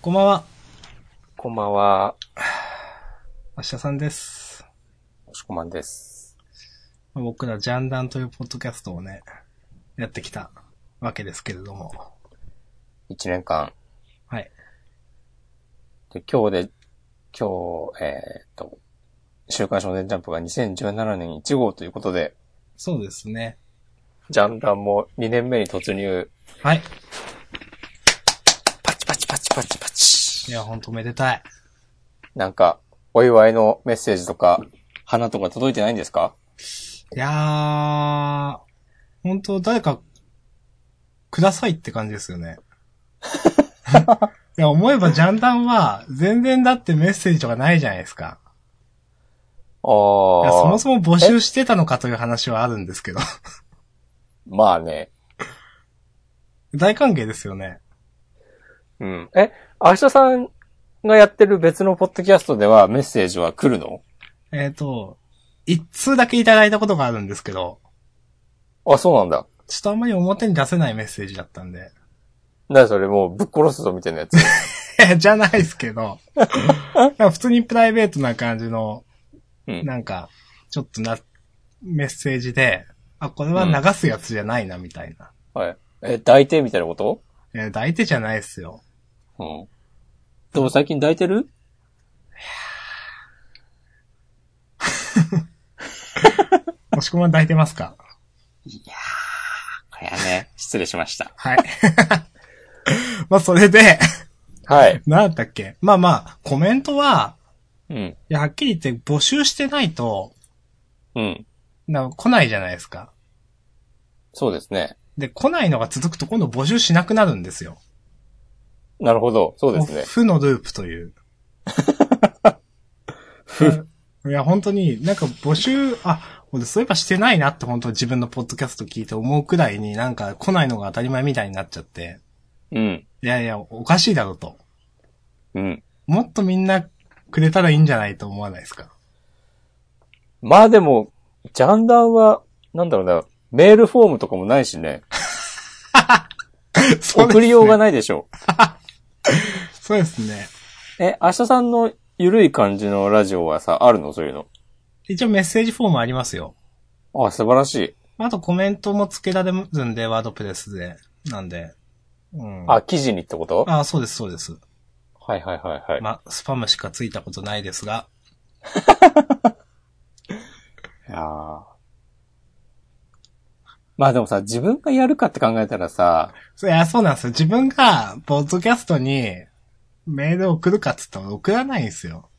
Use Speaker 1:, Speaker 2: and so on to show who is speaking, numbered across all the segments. Speaker 1: こんばんは、
Speaker 2: こんばんは、
Speaker 1: 明日さんです。
Speaker 2: おしこまんです。
Speaker 1: 僕らジャンダンというポッドキャストをね、やってきたわけですけれども。
Speaker 2: 一年間。
Speaker 1: はい。
Speaker 2: で、今日で、今日、えーっと、週刊少年ジャンプが2017年1号ということで、
Speaker 1: そうですね。
Speaker 2: ジャンダンも2年目に突入。
Speaker 1: はい。
Speaker 2: パチパチパチパチパチ。
Speaker 1: いや、ほんとめでたい。
Speaker 2: なんか、お祝いのメッセージとか、花とか届いてないんですか
Speaker 1: いやー、ほんと誰か、くださいって感じですよ ね。いや、思えばジャンダンは、全然だってメッセージとかないじゃないですか。
Speaker 2: あ
Speaker 1: いやそも
Speaker 2: ー。
Speaker 1: そも募集してたのかという話はあるんですけど。
Speaker 2: まあね。
Speaker 1: 大歓迎ですよね。
Speaker 2: うん。え、明日さんがやってる別のポッドキャストではメッセージは来るの
Speaker 1: えっ、と、一通だけいただいたことがあるんですけど、
Speaker 2: あ、そうなんだ。
Speaker 1: ちょっとあんまり表に出せないメッセージだったんで。
Speaker 2: なにそれもうぶっ殺すぞみたいなやつ。
Speaker 1: じゃないですけ ど。なんか普通にプライベートな感じの、
Speaker 2: うん。
Speaker 1: なんか、ちょっとな、メッセージで、あ、これは流すやつじゃないな、みたいな。
Speaker 2: はい。え、抱いてみたいなこと
Speaker 1: えー抱いてじゃないっすよ。
Speaker 2: うん。でも最近抱いてる
Speaker 1: もしくは抱いてますか
Speaker 2: これはね、失礼しました。
Speaker 1: はい。 まあ、それで、
Speaker 2: はい。
Speaker 1: なんだったっけまあまあ、コメントは、
Speaker 2: うん。
Speaker 1: いや、はっきり言って募集してないと、
Speaker 2: うん。
Speaker 1: なんか来ないじゃないですか。
Speaker 2: そうですね。
Speaker 1: で、来ないのが続くと今度募集しなくなるんですよ。
Speaker 2: なるほど。そうですね。
Speaker 1: 負のループと いう。 いや、本当に、なんか募集、あ、俺そういえばしてないなって本当自分のポッドキャスト聞いて思うくらいになんか来ないのが当たり前みたいになっちゃって、
Speaker 2: うん。
Speaker 1: いやいや、おかしいだろうと。
Speaker 2: うん。
Speaker 1: もっとみんなくれたらいいんじゃないと思わないですか。
Speaker 2: まあでも、ジャンダンは、なんだろうな、メールフォームとかもないし ね。
Speaker 1: そうですね
Speaker 2: 送りようがないでしょ
Speaker 1: そうですね。
Speaker 2: う。 え、明日さんのゆるい感じのラジオはさ、あるのそういう
Speaker 1: 一応メッセージフォームありますよ。
Speaker 2: の。あ、素晴らしい。
Speaker 1: あとコメントも付けられるんで、ワードプレスで。なんで。うん。
Speaker 2: あ、記事にってこと
Speaker 1: あ、そうです、そうです。
Speaker 2: はいはいはいはい。
Speaker 1: まあ、スパムしかついたことないですが、
Speaker 2: いやーまあでもさ、自分がやるかって考えたらさ、
Speaker 1: そういや、そうなんですよ。自分が、ポッドキャストに、メールを送るかっつったら送らないんですよ。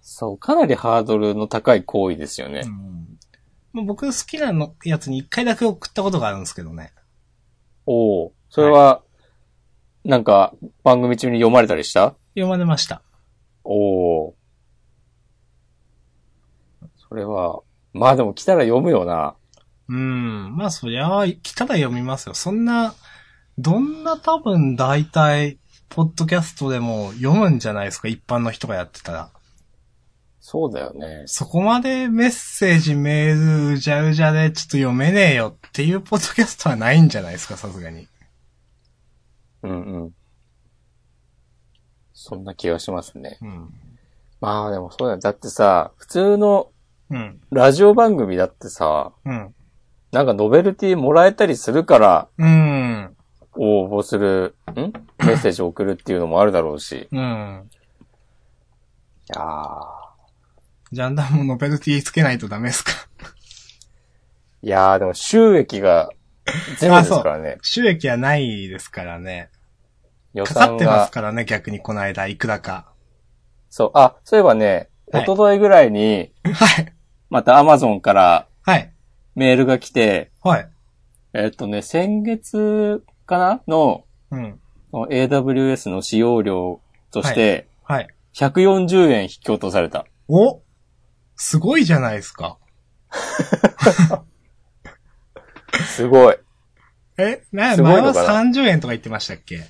Speaker 2: そう、かなりハードルの高い行為ですよね
Speaker 1: う。ん。もう僕好きなのやつに一回だけ送ったことがあるんですけどね。
Speaker 2: おお、それは、なんか、番組中に読まれたりした
Speaker 1: 読まれました。
Speaker 2: おお。それは、まあでも来たら読むよな。
Speaker 1: うん。まあ、そりゃ、来たら読みますよ。そんな、どんな多分大体、ポッドキャストでも読むんじゃないですか、一般の人がやってたら。
Speaker 2: そうだよね。
Speaker 1: そこまでメッセージ、メール、うじゃうじゃでちょっと読めねえよっていうポッドキャストはないんじゃないですか、さすがに。
Speaker 2: うんうん。そんな気がしますね。
Speaker 1: うん。
Speaker 2: まあでもそうだよ。だってさ、普通の
Speaker 1: うん。
Speaker 2: ラジオ番組だってさ、
Speaker 1: うん。
Speaker 2: なんかノベルティもらえたりするから
Speaker 1: うん。
Speaker 2: 応募する、んメッセージ送るっていうのもあるだろうし。
Speaker 1: うん。
Speaker 2: いやー。
Speaker 1: ジャンダンもノベルティつけないとダメですか
Speaker 2: いやー、でも収益がゼロですからね。
Speaker 1: 収益はないですからね。
Speaker 2: 予
Speaker 1: かか
Speaker 2: 算
Speaker 1: ってま
Speaker 2: が
Speaker 1: す。からね、逆にこの間、いくらか。
Speaker 2: そう、あ、そういえばね、
Speaker 1: はい
Speaker 2: 一昨日ぐらいに、
Speaker 1: はい。
Speaker 2: また Amazon から
Speaker 1: はい。
Speaker 2: メールが来て、
Speaker 1: はい。
Speaker 2: えっとね、先月かなの
Speaker 1: うん。
Speaker 2: その AWS の使用料として、
Speaker 1: はい。
Speaker 2: 140円引き落とされた。
Speaker 1: おすごいじゃないですか。
Speaker 2: すごい。
Speaker 1: え、な、
Speaker 2: すごい
Speaker 1: 前は
Speaker 2: のかな
Speaker 1: 30円とか言ってましたっけ
Speaker 2: い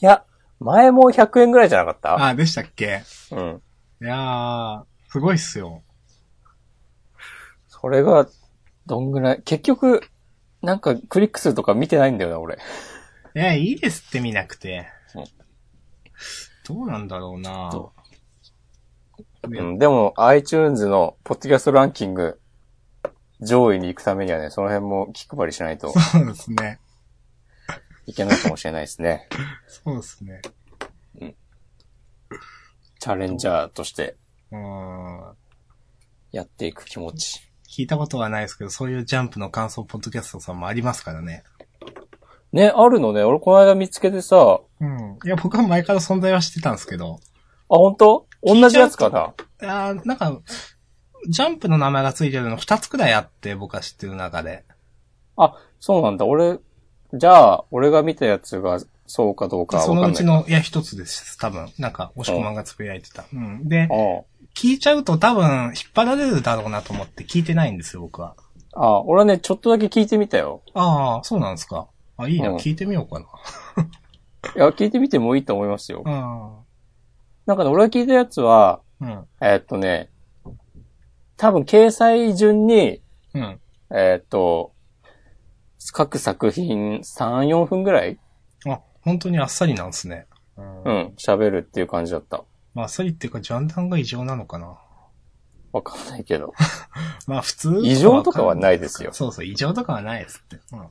Speaker 2: や、前も100円ぐらいじゃなかった
Speaker 1: あでしたっけ
Speaker 2: うん。
Speaker 1: いやー、すごいっすよ。
Speaker 2: それが、どんぐらい、結局、なんかクリック数とか見てないんだよな、俺。
Speaker 1: いや、いいですって見なくて。どうなんだろうな
Speaker 2: ど
Speaker 1: いうや
Speaker 2: ん、でも iTunes のポッドキャストランキング上位に行くためにはね、その辺も気配りしない と
Speaker 1: そうですね。
Speaker 2: いけないかもしれないですね。
Speaker 1: そうですね。
Speaker 2: チャレンジャーとして
Speaker 1: うーん。
Speaker 2: やっていく気持ち。
Speaker 1: 聞いたことはないですけど、そういうジャンプの感想ポッドキャストさんもありますからね。
Speaker 2: ね、あるのね。俺この間見つけてさ、あ、
Speaker 1: うん。いや、僕は前から存在は知ってたんですけど、
Speaker 2: 本当同じやつかな
Speaker 1: あーなんか、ジャンプの名前がついてるの2つくらいあって、僕は知ってる中で。
Speaker 2: そうなんだ。俺、じゃあ、俺が見たやつがそうかどうかわか
Speaker 1: そ
Speaker 2: ん
Speaker 1: の
Speaker 2: な
Speaker 1: う
Speaker 2: い。
Speaker 1: ちの、いや、一つです、多分。なんか、押し込まんがつぶやいてた。うん。で、聞いちゃうと多分、引っ張られるだろうなと思って聞いてないんですよ、僕は。
Speaker 2: ああ、ああ、俺はね、ちょっとだけ聞いてみたよ。
Speaker 1: ああ、そうなんですか。あ、いいな、
Speaker 2: うん
Speaker 1: 聞いてみようか
Speaker 2: いや、聞いてみてもいいと思いますよ。
Speaker 1: な。
Speaker 2: なんかね、俺が聞いたやつは、
Speaker 1: うん。うん。
Speaker 2: えーっとね、多分掲載順に、
Speaker 1: うん。
Speaker 2: えーっと、各作品3、4分ぐらい
Speaker 1: あ、本当にあっさりなんですね。うん
Speaker 2: うん、喋るっていう感じだった。
Speaker 1: まあ、あっさりっていうか、ジャンダンが異常なのかな。
Speaker 2: わかんないけど。
Speaker 1: まあ、普通。
Speaker 2: 異常とかはないですよ
Speaker 1: そうそう、異常とかはないですって。うん。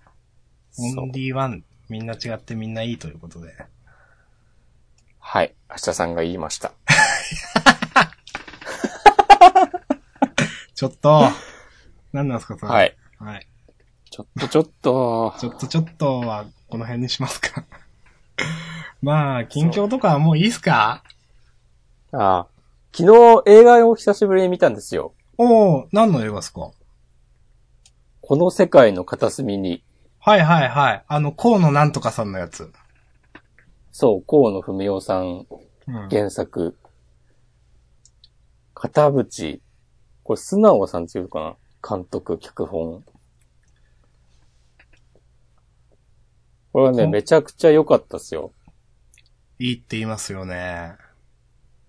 Speaker 1: オンリーワン、みんな違ってみんないいということで。
Speaker 2: はい。明日さんが言いました。
Speaker 1: ちょっ と、何なんですか、それ。。
Speaker 2: はいい。
Speaker 1: はい。
Speaker 2: ちょっとちょっと、
Speaker 1: ちょっとちょっとは、この辺にしますか。 まあ、近況とかはもういいっすか
Speaker 2: ああ昨日映画を久しぶりに見たんですよ。
Speaker 1: おお何の映画っすか
Speaker 2: この世界の片隅に、
Speaker 1: はいはいはい。あの、河野なんとかさんのやつ。
Speaker 2: そう、河野文夫さん
Speaker 1: うん。
Speaker 2: 原作。片渕、これ素直さんっていうのかな監督、脚本。これはね、
Speaker 1: うん
Speaker 2: めちゃくちゃ良かったっすよ。
Speaker 1: いいって言いますよね。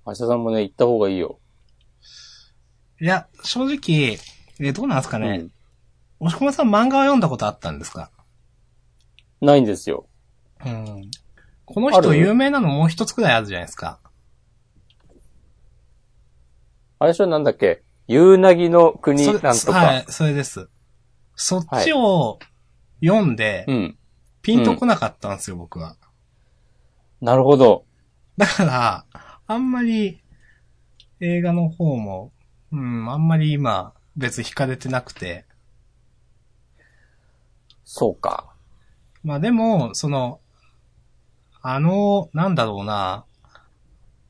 Speaker 2: 明日さんもね、行った方がいいよ。
Speaker 1: いや、正直、え、どうなんですかね
Speaker 2: う。ん
Speaker 1: 押し込まさん漫画は読んだことあったんですか
Speaker 2: ないんですよ。
Speaker 1: うん。この
Speaker 2: あ
Speaker 1: 人
Speaker 2: る
Speaker 1: 有名なのもう一つくらいあるじゃないですか。
Speaker 2: あれしょ、なんだっけ夕なぎの国
Speaker 1: そ
Speaker 2: な
Speaker 1: れ
Speaker 2: んとか。
Speaker 1: はい、それです。そっちを読んで、
Speaker 2: うん。
Speaker 1: ピンとこなかったんですよ、僕は。
Speaker 2: なるほど。
Speaker 1: だから、あんまり映画の方も、うん、あんまり今、別に惹かれてなくて。
Speaker 2: そうか。
Speaker 1: まあでも、その、あの、なんだろうな、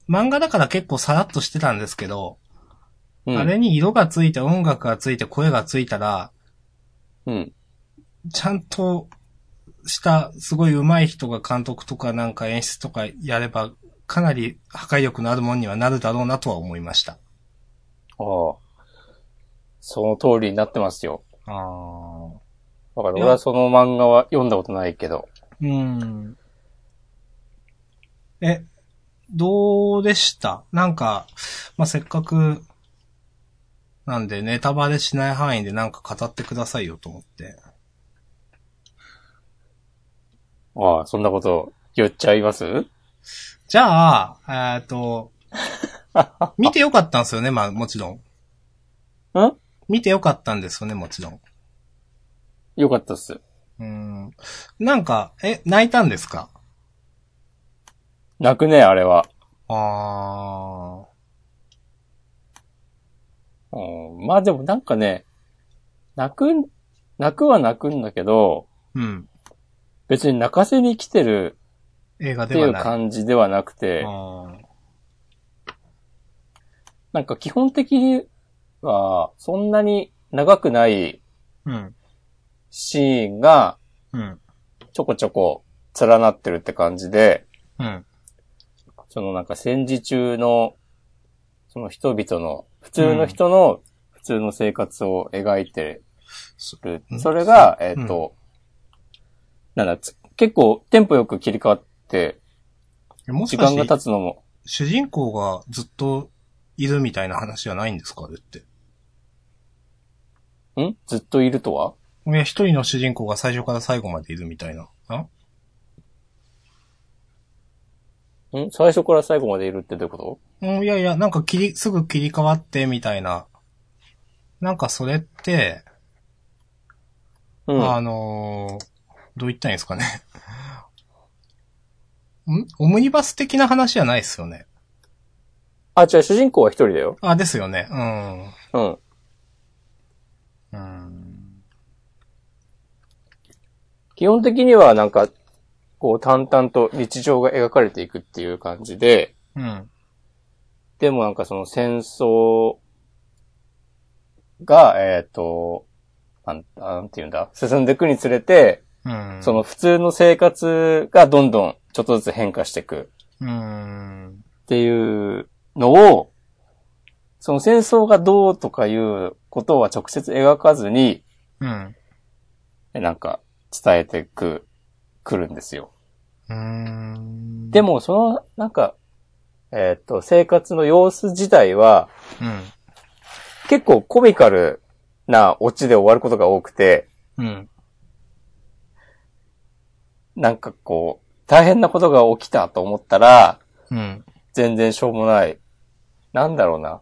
Speaker 1: 漫画だから結構さらっとしてたんですけど、
Speaker 2: うん。
Speaker 1: あれに色がついて音楽がついて声がついたら、
Speaker 2: うん。
Speaker 1: ちゃんとした、すごい上手い人が監督とかなんか演出とかやれば、かなり破壊力のあるもんにはなるだろうなとは思いました。
Speaker 2: ああ。その通りになってますよ。
Speaker 1: ああ。
Speaker 2: わかる。
Speaker 1: いや
Speaker 2: 俺はその漫画は読んだことないけど。
Speaker 1: うん。え、どうでしたなんか、まあ、せっかく、なんでネタバレしない範囲でなんか語ってくださいよと思って。
Speaker 2: ああ、そんなこと言っちゃいます
Speaker 1: じゃあ、えっ、と、 見てよかったんですよね、まあもちろん。
Speaker 2: ん
Speaker 1: 見てよかったんですよね、もちろん。
Speaker 2: よかったっす。
Speaker 1: うん。なんか、え、泣いたんですか
Speaker 2: 泣くね、あれは。
Speaker 1: あ
Speaker 2: うん、まあでもなんかね、泣くん、泣くは泣くんだけど、
Speaker 1: ー。うん。
Speaker 2: 別に泣かせに来てる
Speaker 1: 映画
Speaker 2: って
Speaker 1: で
Speaker 2: い
Speaker 1: は
Speaker 2: う
Speaker 1: ない。
Speaker 2: 感じではなくて、
Speaker 1: あ
Speaker 2: なんか基本的には、そんなに長くない
Speaker 1: ーうん。
Speaker 2: シーンが
Speaker 1: うん。
Speaker 2: ちょこちょこ連なってるって感じで、
Speaker 1: うん。
Speaker 2: そのなんか戦時中の、その人々の、普通の人の普通の生活を描いて
Speaker 1: そ
Speaker 2: る。
Speaker 1: うん
Speaker 2: それが、えっ、と、なんだ、つ結構テンポよく切り替わって、
Speaker 1: もし
Speaker 2: 時
Speaker 1: か
Speaker 2: 間が
Speaker 1: し
Speaker 2: 経
Speaker 1: て、
Speaker 2: つのも、
Speaker 1: 主人公がずっといるみたいな話じゃないんですかあれって。
Speaker 2: んずっといるとはい
Speaker 1: や、一人の主人公が最初から最後までいるみたいな。あ
Speaker 2: ん最初から最後までいるってどういうこと
Speaker 1: うん、いやいや、なんか切り、すぐ切り替わって、みたいな。なんかそれって、
Speaker 2: うん。
Speaker 1: あのーどう言ったらいいんですかね。 んオムニバス的な話じゃないですよね。
Speaker 2: あ、違う、主人公は一人だよ。
Speaker 1: あ、ですよね。
Speaker 2: うん。
Speaker 1: うん。うん。
Speaker 2: 基本的にはなんか、こう淡々と日常が描かれていくっていう感じで、
Speaker 1: うん。
Speaker 2: でもなんかその戦争が、えっ、と、なん、なんていうんだ、進んでいくにつれて、
Speaker 1: うん。
Speaker 2: その普通の生活がどんどんちょっとずつ変化していく
Speaker 1: うん。
Speaker 2: っていうのを、その戦争がどうとかいうことは直接描かずに、
Speaker 1: うん。
Speaker 2: なんか伝えてく、くるんですよ。
Speaker 1: うん。
Speaker 2: で、も、その、なんか、えーっ、と、生活の様子自体は、
Speaker 1: うん。
Speaker 2: 結構コミカルなオチで終わることが多くて、
Speaker 1: うん。
Speaker 2: なんかこう、大変なことが起きたと思ったら、
Speaker 1: うん。
Speaker 2: 全然しょうもない。なんだろうな。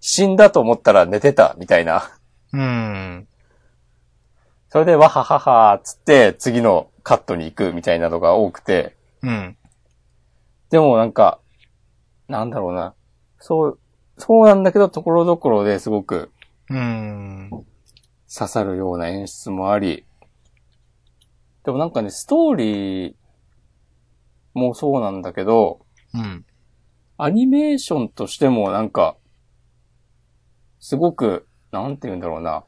Speaker 2: 死んだと思ったら寝てた、みたいな。
Speaker 1: うん。
Speaker 2: それで、わははは、つって、次のカットに行く、みたいなのが多くて。
Speaker 1: うん。
Speaker 2: でもなんか、なんだろうな。そう、そうなんだけど、ところどころですごく、
Speaker 1: うん。
Speaker 2: 刺さるような演出もあり、でもなんかね、ストーリーもそうなんだけど、
Speaker 1: うん。
Speaker 2: アニメーションとしてもなんか、すごく、なんて言うんだろうな、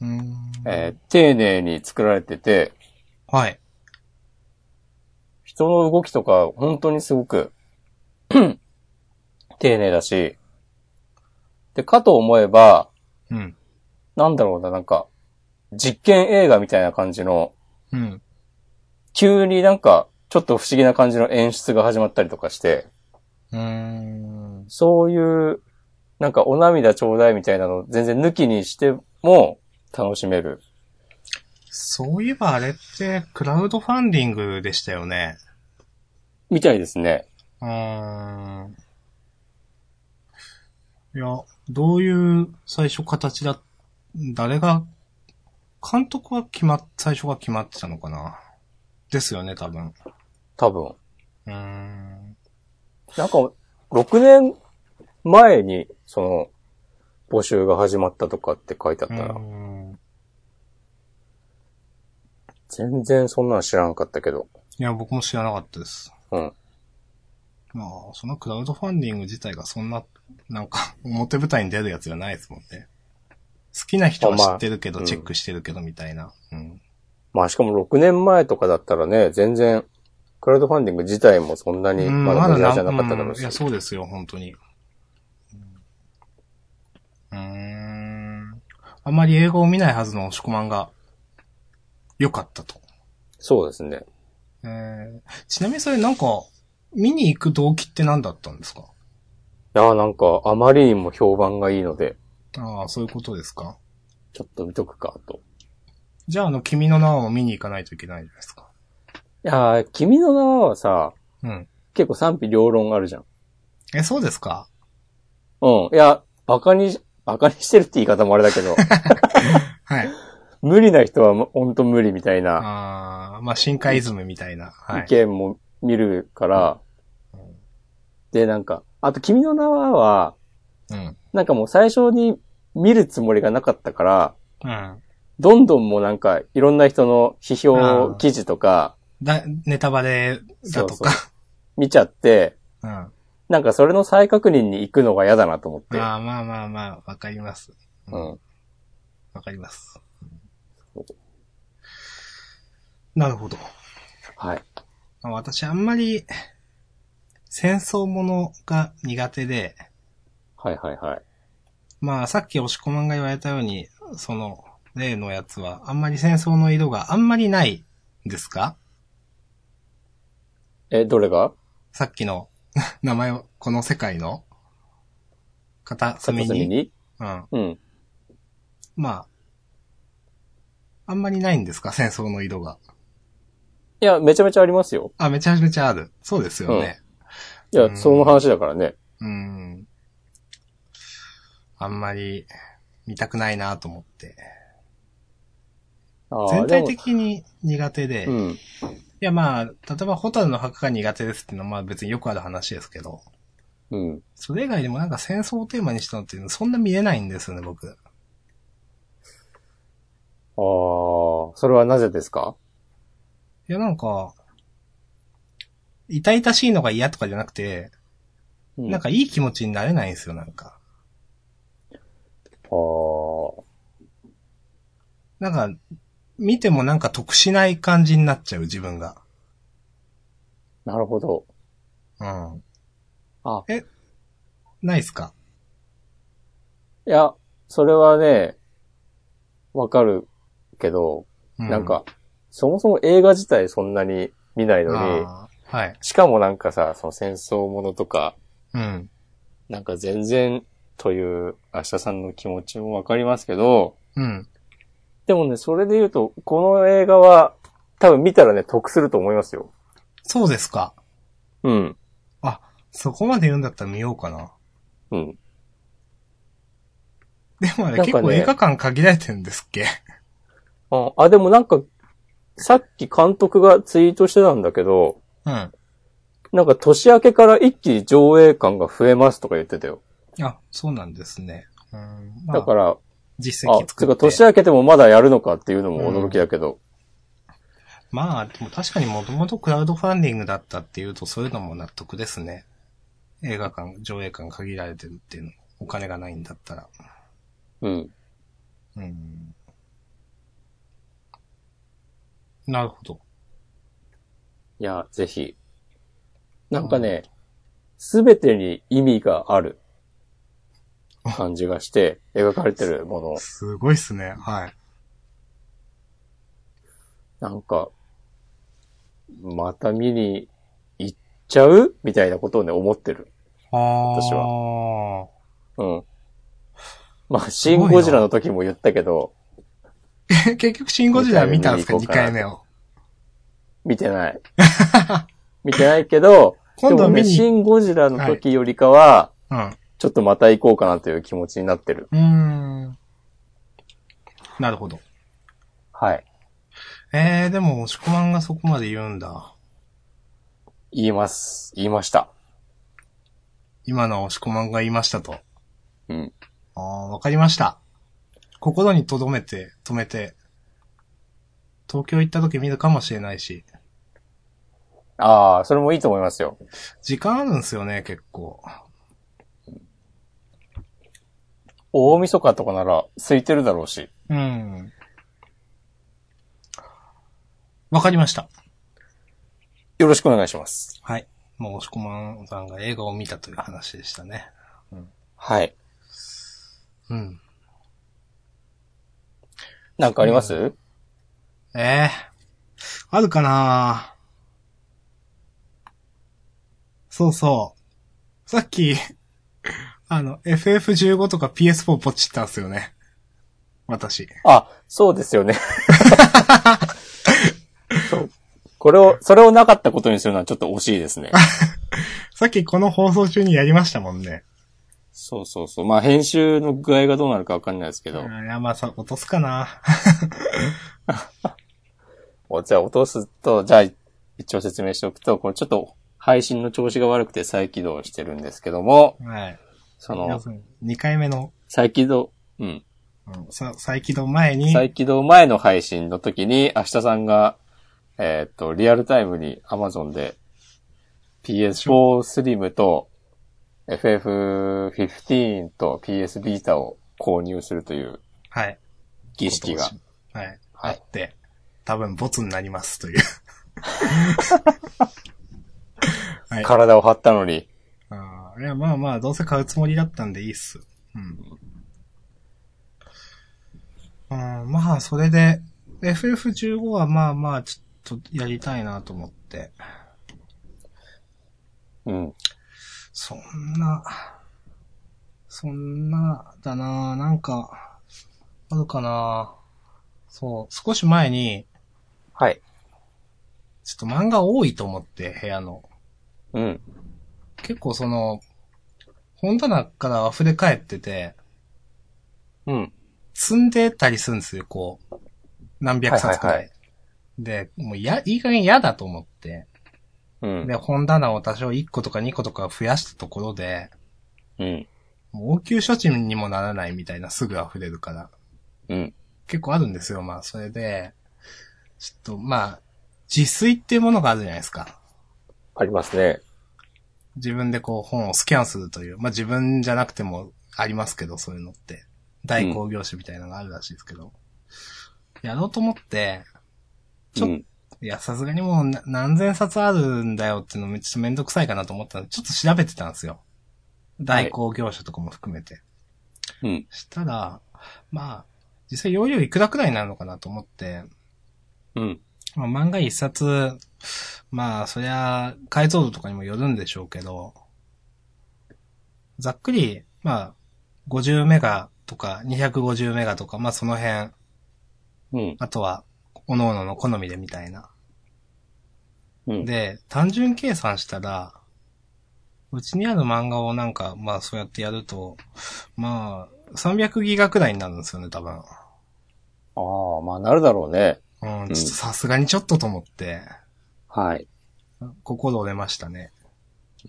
Speaker 1: うん。
Speaker 2: えー丁寧に作られてて、
Speaker 1: はい。
Speaker 2: 人の動きとか本当にすごく、 丁寧だし、で、かと思えば、
Speaker 1: うん。
Speaker 2: なんだろうな、なんか、実験映画みたいな感じの、
Speaker 1: うん。
Speaker 2: 急になんか、ちょっと不思議な感じの演出が始まったりとかして、
Speaker 1: うん。
Speaker 2: そういう、なんかお涙ちょうだいみたいなのを全然抜きにしても楽しめる。
Speaker 1: そういえばあれって、クラウドファンディングでしたよね。
Speaker 2: みたいですね。
Speaker 1: うーん。いや、どういう最初形だ、誰が、監督は決まっ、最初が決まってたのかな。ですよね、多分。
Speaker 2: 多分。
Speaker 1: うーん。
Speaker 2: なんか、6年前に、その、募集が始まったとかって書いてあったら、
Speaker 1: うん
Speaker 2: 全然そんなの知らなかったけど。
Speaker 1: いや、僕も知らなかったです。
Speaker 2: うん。
Speaker 1: まあ、そのクラウドファンディング自体がそんな、なんか、表舞台に出るやつじゃないですもんね。好きな人は知ってるけど、
Speaker 2: まあうん
Speaker 1: チェックしてるけど、みたいな。うん。
Speaker 2: まあしかも6年前とかだったらね、全然、クラウドファンディング自体もそんなに
Speaker 1: うん
Speaker 2: まだメジャーじゃなかっただろう
Speaker 1: うんい
Speaker 2: し
Speaker 1: や、。そうですよ、本当に。うーん。あんまり英語を見ないはずの押し込まんが、良かったと。
Speaker 2: そうですね。
Speaker 1: えーちなみにそれなんか、見に行く動機って何だったんですか
Speaker 2: いやーなんか、あまりにも評判がいいので、
Speaker 1: ああ、そういうことですか
Speaker 2: ちょっと見とくか、と。
Speaker 1: じゃあ、あの、君の名を見に行かないといけないじゃないですか。
Speaker 2: いやー君の名はさ、
Speaker 1: うん。
Speaker 2: 結構賛否両論あるじゃん。
Speaker 1: え、そうですか
Speaker 2: うん。いや、バカに、バカにしてるって言い方もあれだけ ど、
Speaker 1: はい。
Speaker 2: 無理な人はもほんと無理みたいな
Speaker 1: ああ、まあ、深海イズムみたいな。は
Speaker 2: 意
Speaker 1: い。
Speaker 2: 見も見るから、で、なんか、あと君の名は、
Speaker 1: うん。
Speaker 2: なんかもう最初に見るつもりがなかったから、
Speaker 1: うん。
Speaker 2: どんどんもうなんか、いろんな人の批評記事とか、
Speaker 1: だ、ネタバレだとか。
Speaker 2: 見ちゃって、
Speaker 1: うん。
Speaker 2: なんかそれの再確認に行くのが嫌だなと思って。
Speaker 1: まあまあまあまあ、わかります。
Speaker 2: うん。
Speaker 1: わかります。
Speaker 2: そう
Speaker 1: なるほど。
Speaker 2: はい。
Speaker 1: まあ私あんまり、戦争ものが苦手で、
Speaker 2: はいはいはい。
Speaker 1: まあさっき押し込まんが言われたように、その、例のやつは、あんまり戦争の色があんまりないんですか
Speaker 2: え、どれが
Speaker 1: さっきの、 名前を、この世界の、片隅
Speaker 2: 片
Speaker 1: に。
Speaker 2: 隅に
Speaker 1: うん。
Speaker 2: うん。
Speaker 1: まあ、あんまりないんですか戦争の色が。
Speaker 2: いや、めちゃめちゃありますよ。
Speaker 1: あ、めちゃめちゃある。そうですよね。
Speaker 2: いや、
Speaker 1: うん
Speaker 2: その話だからね。
Speaker 1: うん。あんまり見たくないなと思って。
Speaker 2: あー
Speaker 1: 全体
Speaker 2: で
Speaker 1: 的に苦手で。
Speaker 2: も
Speaker 1: い
Speaker 2: うん。
Speaker 1: やまあ、例えばホタルの墓が苦手ですっていうのはまあ別によくある話ですけど。
Speaker 2: うん。
Speaker 1: それ以外でもなんか戦争をテーマにしたのっていうのそんな見れないんですよね、僕。
Speaker 2: ああ、それはなぜですか
Speaker 1: いやなんか、痛々しいのが嫌とかじゃなくて、
Speaker 2: うん
Speaker 1: なんかいい気持ちになれないんですよ、なんか。
Speaker 2: あー
Speaker 1: なんか、見てもなんか得しない感じになっちゃう、自分が。
Speaker 2: なるほど。
Speaker 1: うん。
Speaker 2: あ
Speaker 1: え、ないっすか
Speaker 2: いや、それはね、わかるけど、
Speaker 1: う
Speaker 2: なんか、そもそも映画自体そんなに見ないのに、
Speaker 1: あーはい。
Speaker 2: しかもなんかさ、その戦争ものとか、
Speaker 1: うん。
Speaker 2: なんか全然という明日さんの気持ちもわかりますけど、
Speaker 1: うん。
Speaker 2: でもね、それで言うと、この映画は多分見たらね、得すると思いますよ。
Speaker 1: そうですか。
Speaker 2: うん。
Speaker 1: そこまで言うんだったら見ようかな。
Speaker 2: うん。
Speaker 1: でもあれ、
Speaker 2: なんかね
Speaker 1: 結構映画館限られてるんですっけ
Speaker 2: あ、あでもなんか、さっき監督がツイートしてたんだけど、
Speaker 1: うん。
Speaker 2: なんか年明けから一気に上映感が増えますとか言ってたよ。
Speaker 1: あ、そうなんですね。うん。まあ
Speaker 2: だから、
Speaker 1: 実
Speaker 2: あ、
Speaker 1: 績
Speaker 2: つ
Speaker 1: 作
Speaker 2: うか
Speaker 1: って。
Speaker 2: 年明けてもまだやるのかっていうのも驚きだけど。
Speaker 1: まあ、でも確かにもともとクラウドファンディングだったっていうと、そういうのも納得ですね。映画館、上映館限られてるっていうの。お金がないんだったら。
Speaker 2: うん。
Speaker 1: うん。なるほど。
Speaker 2: いや、ぜひ。なんかね、すべてに意味がある感じ がして、描かれてるもの。
Speaker 1: すごいっすね。はい。
Speaker 2: なんか、また見に行っちゃうみたいなことをね、思ってる。
Speaker 1: ああ。
Speaker 2: 私
Speaker 1: は。
Speaker 2: うん。まあ、シン・ゴジラの時も言ったけど、
Speaker 1: 結局、シンゴジラ見たんですか ?2
Speaker 2: 二回
Speaker 1: 回
Speaker 2: 目
Speaker 1: 目を。
Speaker 2: 見 てない。見てないけど、
Speaker 1: 今度は見
Speaker 2: でもねシ
Speaker 1: に。
Speaker 2: ン・ゴジラの時よりかは、
Speaker 1: うん。
Speaker 2: ちょっとまた行こうかなという気持ちになってる。
Speaker 1: うーん。なるほど。
Speaker 2: はい。
Speaker 1: えー、でも、押し込まんがそこまで言うんだ。
Speaker 2: 言います。言いました。
Speaker 1: 今のは押し込まんが言いましたと。
Speaker 2: うん。
Speaker 1: ああ、わかりました。心に留めて、止めて、東京行った時見るかもしれないし、
Speaker 2: ああ、それもいいと思いますよ。
Speaker 1: 時間あるんですよね、結構。
Speaker 2: 大晦日とかなら空いてるだろうし。
Speaker 1: うん。わかりました。
Speaker 2: よろしくお願いします。
Speaker 1: はい。もう、押し込まんさんが映画を見たという話でしたね。
Speaker 2: はい。
Speaker 1: うん。
Speaker 2: なんかあります、
Speaker 1: ええあるかなそうそう。さっき、 あの、FF15 とか PS4 ポチったんすよね。私。
Speaker 2: あ、そうですよね。 そう。これを、それをなかったことにするのはちょっと惜しいですね。
Speaker 1: さっきこの放送中にやりましたもんね。
Speaker 2: そうそうそう。まあ編集の具合がどうなるかわかんないですけ
Speaker 1: う
Speaker 2: ど。
Speaker 1: ん、いや、まあ、さ、落とすかな。
Speaker 2: おじゃあ落とすと、じゃあ一応説明しておくと、これちょっと配信の調子が悪くて再起動してるんですけども、
Speaker 1: はい。
Speaker 2: そ
Speaker 1: 要
Speaker 2: の、
Speaker 1: するに、2回目の、
Speaker 2: 再起動、うん。
Speaker 1: うん、さ再起動前に、
Speaker 2: 再起動前の配信の時に、明日さんが、えーっと、リアルタイムに Amazon で PS4 Slim と FF15 と PS ビータを購入するという
Speaker 1: はい。
Speaker 2: 儀式が。。
Speaker 1: はい。
Speaker 2: は
Speaker 1: あ
Speaker 2: い
Speaker 1: っ。て、多分、ボツになります、という。はい
Speaker 2: 体を張ったのに。
Speaker 1: ああ、いや、まあまあ、どうせ買うつもりだったんでいいっす。うん。うん、まあ、それで、FF15 はまあまあ、ちょっとやりたいなと思って。
Speaker 2: うん。
Speaker 1: そんな、そんな、だななんか、あるかなそう、少し前に、
Speaker 2: はい。
Speaker 1: ちょっと漫画多いと思って、部屋の。
Speaker 2: うん。
Speaker 1: 結構その、本棚から溢れ返ってて、
Speaker 2: うん。
Speaker 1: 積んでたりするんですよ、こう。何百冊くらい。
Speaker 2: はいは
Speaker 1: で、もうや、いい加減嫌だと思って。
Speaker 2: うん
Speaker 1: で、。本棚を多少1個とか2個とか増やしたところで、
Speaker 2: うん。
Speaker 1: もう応急処置にもならないみたいなすぐ溢れるから。
Speaker 2: うん。
Speaker 1: 結構あるんですよ、まあ、それで。ちょっと、まあ、自炊っていうものがあるじゃないですか。
Speaker 2: ありますね。
Speaker 1: 自分でこう本をスキャンするという、まあ自分じゃなくてもありますけど、そういうのって。代行業種みたいなのがあるらしいですけど。やろうと思って、ちょ
Speaker 2: うん。
Speaker 1: いや、さすがにもうな何千冊あるんだよっていうのめっちゃめんどくさいかなと思ったので、ちょっと調べてたんですよ。代行業者とかも含めて。
Speaker 2: うん。
Speaker 1: したら、まあ、実際容量いくらくらいになるのかなと思って、
Speaker 2: うん。
Speaker 1: まあ、漫画一冊、まあ、そりゃ、解像度とかにもよるんでしょうけど、ざっくり、まあ、50メガとか、250メガとか、まあその辺、
Speaker 2: うん。
Speaker 1: あとは、各々の好みでみたいな。
Speaker 2: うん。
Speaker 1: で、単純計算したら、うちにある漫画をなんか、まあそうやってやると、まあ、300ギガくらいになるんですよね、多分。
Speaker 2: ああ、まあなるだろうね。
Speaker 1: うん、
Speaker 2: ん
Speaker 1: ちょっとさすがにちょっとと思って、
Speaker 2: はい。
Speaker 1: 心折れましたね。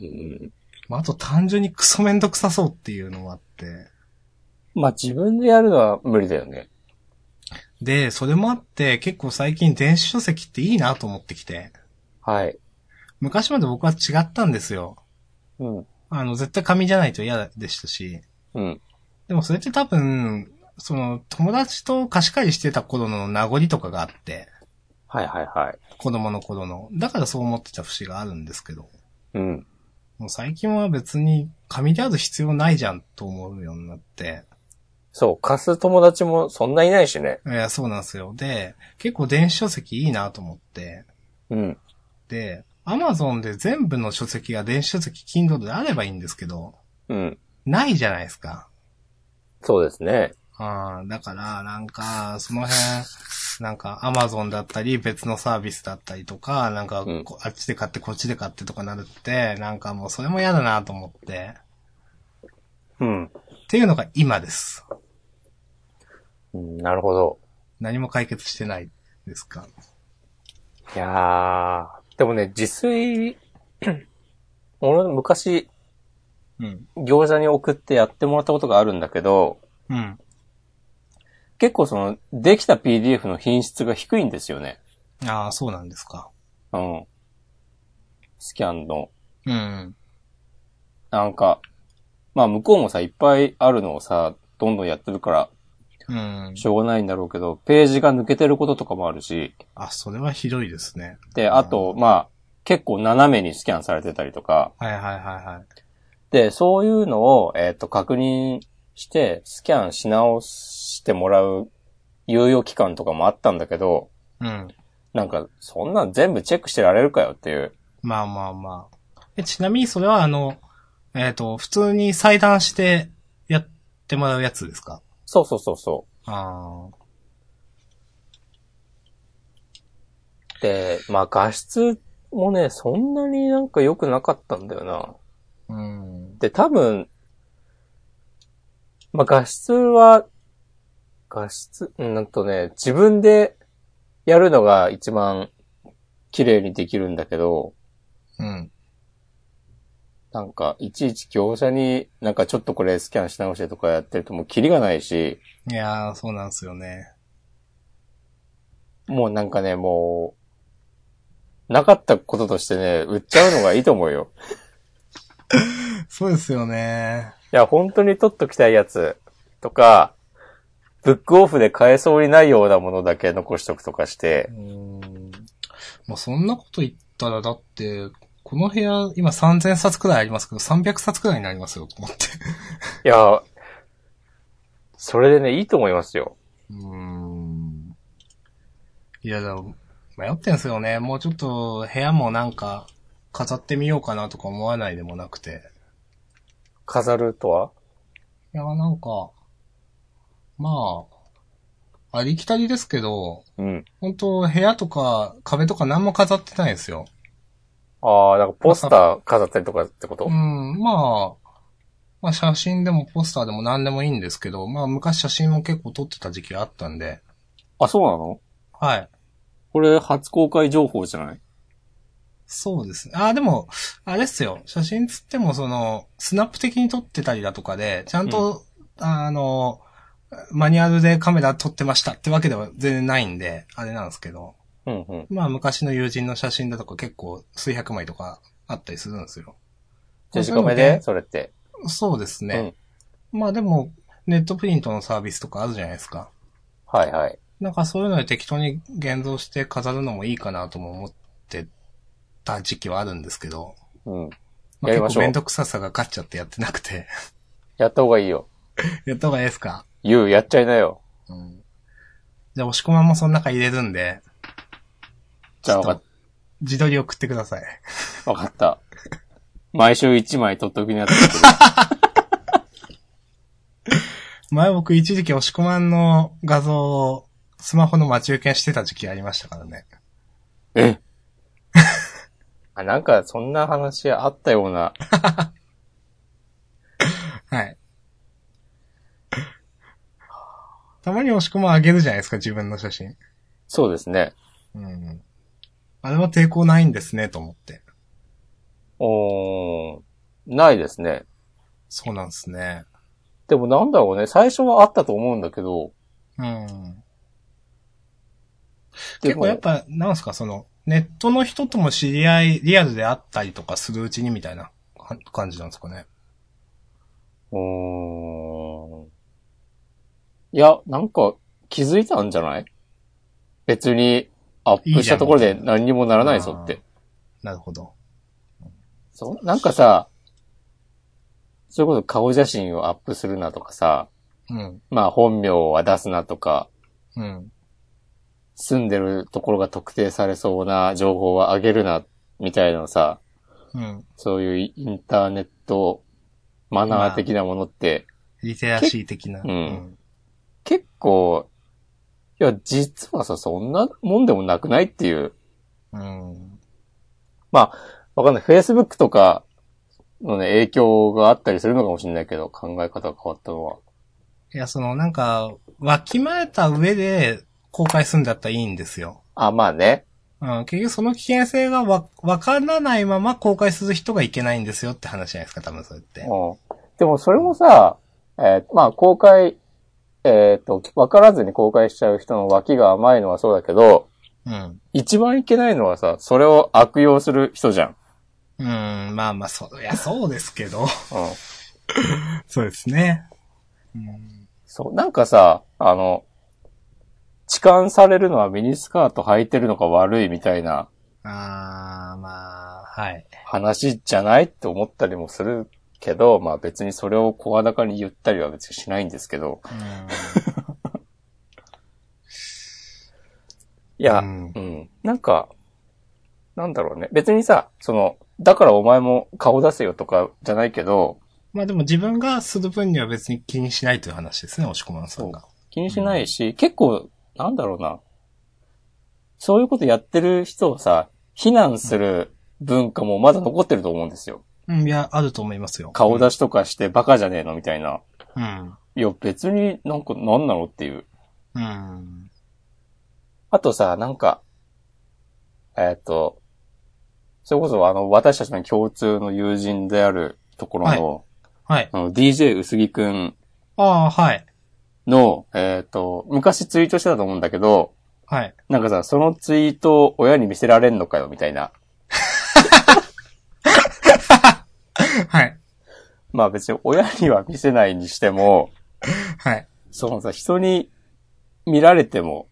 Speaker 2: うん。
Speaker 1: まあ、あと単純にクソめんどくさそうっていうのもあって。
Speaker 2: まあ自分でやるのは無理だよね。
Speaker 1: で、それもあって、結構最近電子書籍っていいなと思ってきて。
Speaker 2: はい。
Speaker 1: 昔まで僕は違ったんですよ。
Speaker 2: うん。
Speaker 1: あの、絶対紙じゃないと嫌でしたし。
Speaker 2: うん。
Speaker 1: でもそれって多分、その、友達と貸し借りしてた頃の名残とかがあって、
Speaker 2: はいはいはい。
Speaker 1: 子供の頃の。だからそう思ってた節があるんですけど。
Speaker 2: うん。
Speaker 1: もう最近は別に紙である必要ないじゃんと思うようになって。
Speaker 2: そう、貸す友達もそんないないしね。
Speaker 1: いや、そうなんですよ。で、結構電子書籍いいなと思って。
Speaker 2: うん。
Speaker 1: で、アマゾンで全部の書籍が電子書籍 Kindle であればいいんですけど、
Speaker 2: うん。
Speaker 1: ないじゃないですか。
Speaker 2: そうですね。
Speaker 1: あーだから、なんか、その辺、なんか、アマゾンだったり、別のサービスだったりとか、なんか、
Speaker 2: うん
Speaker 1: こあっちで買って、こっちで買ってとかなるって、なんかもうそれも嫌だなと思って、
Speaker 2: うん。
Speaker 1: っていうのが今です。
Speaker 2: うん、なるほど。
Speaker 1: 何も解決してないですか。
Speaker 2: いやー、でもね、自炊、 俺昔、
Speaker 1: うん。
Speaker 2: 餃子に送ってやってもらったことがあるんだけど、
Speaker 1: うん。
Speaker 2: 結構その、できた PDF の品質が低いんですよね。
Speaker 1: ああ、そうなんですか。
Speaker 2: うん。スキャンの。
Speaker 1: うん。
Speaker 2: なんか、まあ向こうもさ、いっぱいあるのをさ、どんどんやってるから、
Speaker 1: うん。
Speaker 2: しょうがないんだろうけど、ページが抜けてることとかもあるし、
Speaker 1: あ、それはひどいですね。
Speaker 2: で、あと、まあ、結構斜めにスキャンされてたりとか、
Speaker 1: はいはいはいはい。
Speaker 2: で、そういうのを、えっ、と、確認して、スキャンし直してもらう、猶予期間とかもあったんだけど、
Speaker 1: うん。
Speaker 2: なんか、そんなん全部チェックしてられるかよっていう。
Speaker 1: まあまあまあ。えちなみにそれはあの、えっ、と、普通に裁断してやってもらうやつですか
Speaker 2: そうそうそうそ
Speaker 1: あ
Speaker 2: う。で、まあ、画質もね、そんなになんか良くなかったんだよな。
Speaker 1: あ。うん。
Speaker 2: で、多分、まあ、画質は、画質、うんなんとね、自分でやるのが一番綺麗にできるんだけど、
Speaker 1: うん。
Speaker 2: なんか、いちいち業者になんかちょっとこれスキャンし直してとかやってるともうキリがないし、
Speaker 1: いやー、そうなんですよね。
Speaker 2: もうなんかね、もう、なかったこととしてね、売っちゃうのがいいと思うよ。
Speaker 1: そうですよね。
Speaker 2: いや、本当に取っときたいやつとか、ブックオフで買えそうにないようなものだけ残しとくとかして
Speaker 1: う、ん。まあそんなこと言ったらだって、この部屋今3000冊くらいありますけど、300冊くらいになりますよ、と思って。
Speaker 2: いや、それでね、いいと思いますよ。
Speaker 1: うん。いや、でも、迷ってんすよね。もうちょっと部屋もなんか飾ってみようかなとか思わないでもなくて。
Speaker 2: 飾るとはい
Speaker 1: や、なんか、まあ、ありきたりですけど、
Speaker 2: うん。
Speaker 1: 本当部屋とか壁とか何も飾ってないですよ。
Speaker 2: ああ、なんかポスター飾ったりとかってこと、
Speaker 1: うん、まあ、まあ写真でもポスターでも何でもいいんですけど、まあ昔写真も結構撮ってた時期があったんで、
Speaker 2: あ、そうなの
Speaker 1: はい。
Speaker 2: これ初公開情報じゃない
Speaker 1: そうですね。あ、でも、あれっすよ。写真つってもその、スナップ的に撮ってたりだとかで、ちゃんと、あの、マニュアルでカメラ撮ってましたってわけでは全然ないんで、あれなんですけど、
Speaker 2: うんうん。
Speaker 1: まあ昔の友人の写真だとか結構数百枚とかあったりするんですよ。
Speaker 2: デジカメでそれって。
Speaker 1: そうですね。まあでも、ネットプリントのサービスとかあるじゃないですか。
Speaker 2: はいはい。
Speaker 1: なんかそういうので適当に現像して飾るのもいいかなとも思ってた時期はあるんですけど、
Speaker 2: うん。
Speaker 1: まあ、
Speaker 2: や
Speaker 1: 結
Speaker 2: りましょ
Speaker 1: 構
Speaker 2: う
Speaker 1: めんどくささが勝っちゃってやってなくて。
Speaker 2: やった方がいいよ。
Speaker 1: やった方がいいですか
Speaker 2: 言う、やっちゃいなよ。
Speaker 1: うん。じゃあ、押し込まんもその中入れるんで、
Speaker 2: じ
Speaker 1: ち
Speaker 2: ゃあ
Speaker 1: ょっ
Speaker 2: わか
Speaker 1: と自撮り送ってください。
Speaker 2: わかった。毎週1枚取っときのやつ。
Speaker 1: 前僕一時期押し込まんの画像をスマホの待ち受けしてた時期ありましたからね。
Speaker 2: え あ、なんかそんな話あったような。
Speaker 1: はい。たまに押し込まんあげるじゃないですか、自分の写真。
Speaker 2: そうですね。
Speaker 1: うん。あれは抵抗ないんですね、と思って。
Speaker 2: おー、ないですね。
Speaker 1: そうなんですね。
Speaker 2: でもなんだろうね、最初はあったと思うんだけど、
Speaker 1: うん。
Speaker 2: で
Speaker 1: 結
Speaker 2: も
Speaker 1: 構やっぱ、なんすか、その、ネットの人とも知り合い、リアルで会ったりとかするうちにみたいなか感じなんですかね。
Speaker 2: うーん。いや、なんか気づいたんじゃない別にアップしたところで何にもならないぞって。
Speaker 1: なるほど。
Speaker 2: そう、なんかさ、それこそ顔写真をアップするなとかさ、
Speaker 1: うん。
Speaker 2: まあ本名は出すなとか、
Speaker 1: うん。
Speaker 2: 住んでるところが特定されそうな情報はあげるな、みたいなのさ、
Speaker 1: うん。
Speaker 2: そういうインターネットマナー的なものって、
Speaker 1: リテラシー的な。
Speaker 2: うん結構、いや、実はさ、そんなもんでもなくないっていう、
Speaker 1: うん。うん。
Speaker 2: わかんない。Facebook とかのね、影響があったりするのかもしれないけど、考え方が変わったのは。
Speaker 1: いや、その、なんか、わきまえた上で公開するんだったらいいんですよ。
Speaker 2: あ、まあね。
Speaker 1: うん。結局その危険性がわ、わからないまま公開する人がいけないんですよって話じゃないですか、多分それって。
Speaker 2: うん。でもそれもさ、えーまあ公開、えっ、と、わからずに公開しちゃう人の脇が甘いのはそうだけど、
Speaker 1: うん。
Speaker 2: 一番いけないのはさ、それを悪用する人じゃん。
Speaker 1: うん、まあまあ、そう、いや、そうですけ ど。
Speaker 2: うん。
Speaker 1: そうですね。うん。
Speaker 2: そう、なんかさ、あの、痴漢されるのはミニスカート履いてるのが悪いみたいな
Speaker 1: あー、まあ、はい。
Speaker 2: 話じゃないって思ったりもするけど、まあ別にそれを声高に言ったりは別にしないんですけど。
Speaker 1: うん。
Speaker 2: いや、
Speaker 1: うん
Speaker 2: うん。なんか、なんだろうね。別にさ、その、だからお前も顔出せよとかじゃないけど、
Speaker 1: まあでも自分がする分には別に気にしないという話ですね、押し込まんさんが。
Speaker 2: 気にしないし、結構、なんだろうな。そういうことやってる人をさ、非難する文化もまだ残ってると思うんですよ。
Speaker 1: うん、いや、あると思いますよ。
Speaker 2: 顔出しとかしてバカじゃねえのみたいな。
Speaker 1: うん。
Speaker 2: いや、別になんかなんなのっていう。
Speaker 1: うん。
Speaker 2: あとさ、なんか、えーっと、それこそあの、私たちの共通の友人であるところの、
Speaker 1: はい。
Speaker 2: あの DJ 薄木くん
Speaker 1: ああ、はい。
Speaker 2: の、えーっと、昔ツイートしてたと思うんだけど、
Speaker 1: はい。
Speaker 2: なんかさ、そのツイートを親に見せられんのかよ、みたいな。
Speaker 1: はい。
Speaker 2: まあ別に親には見せないにしても、
Speaker 1: はい。
Speaker 2: そのさ、人に見られても、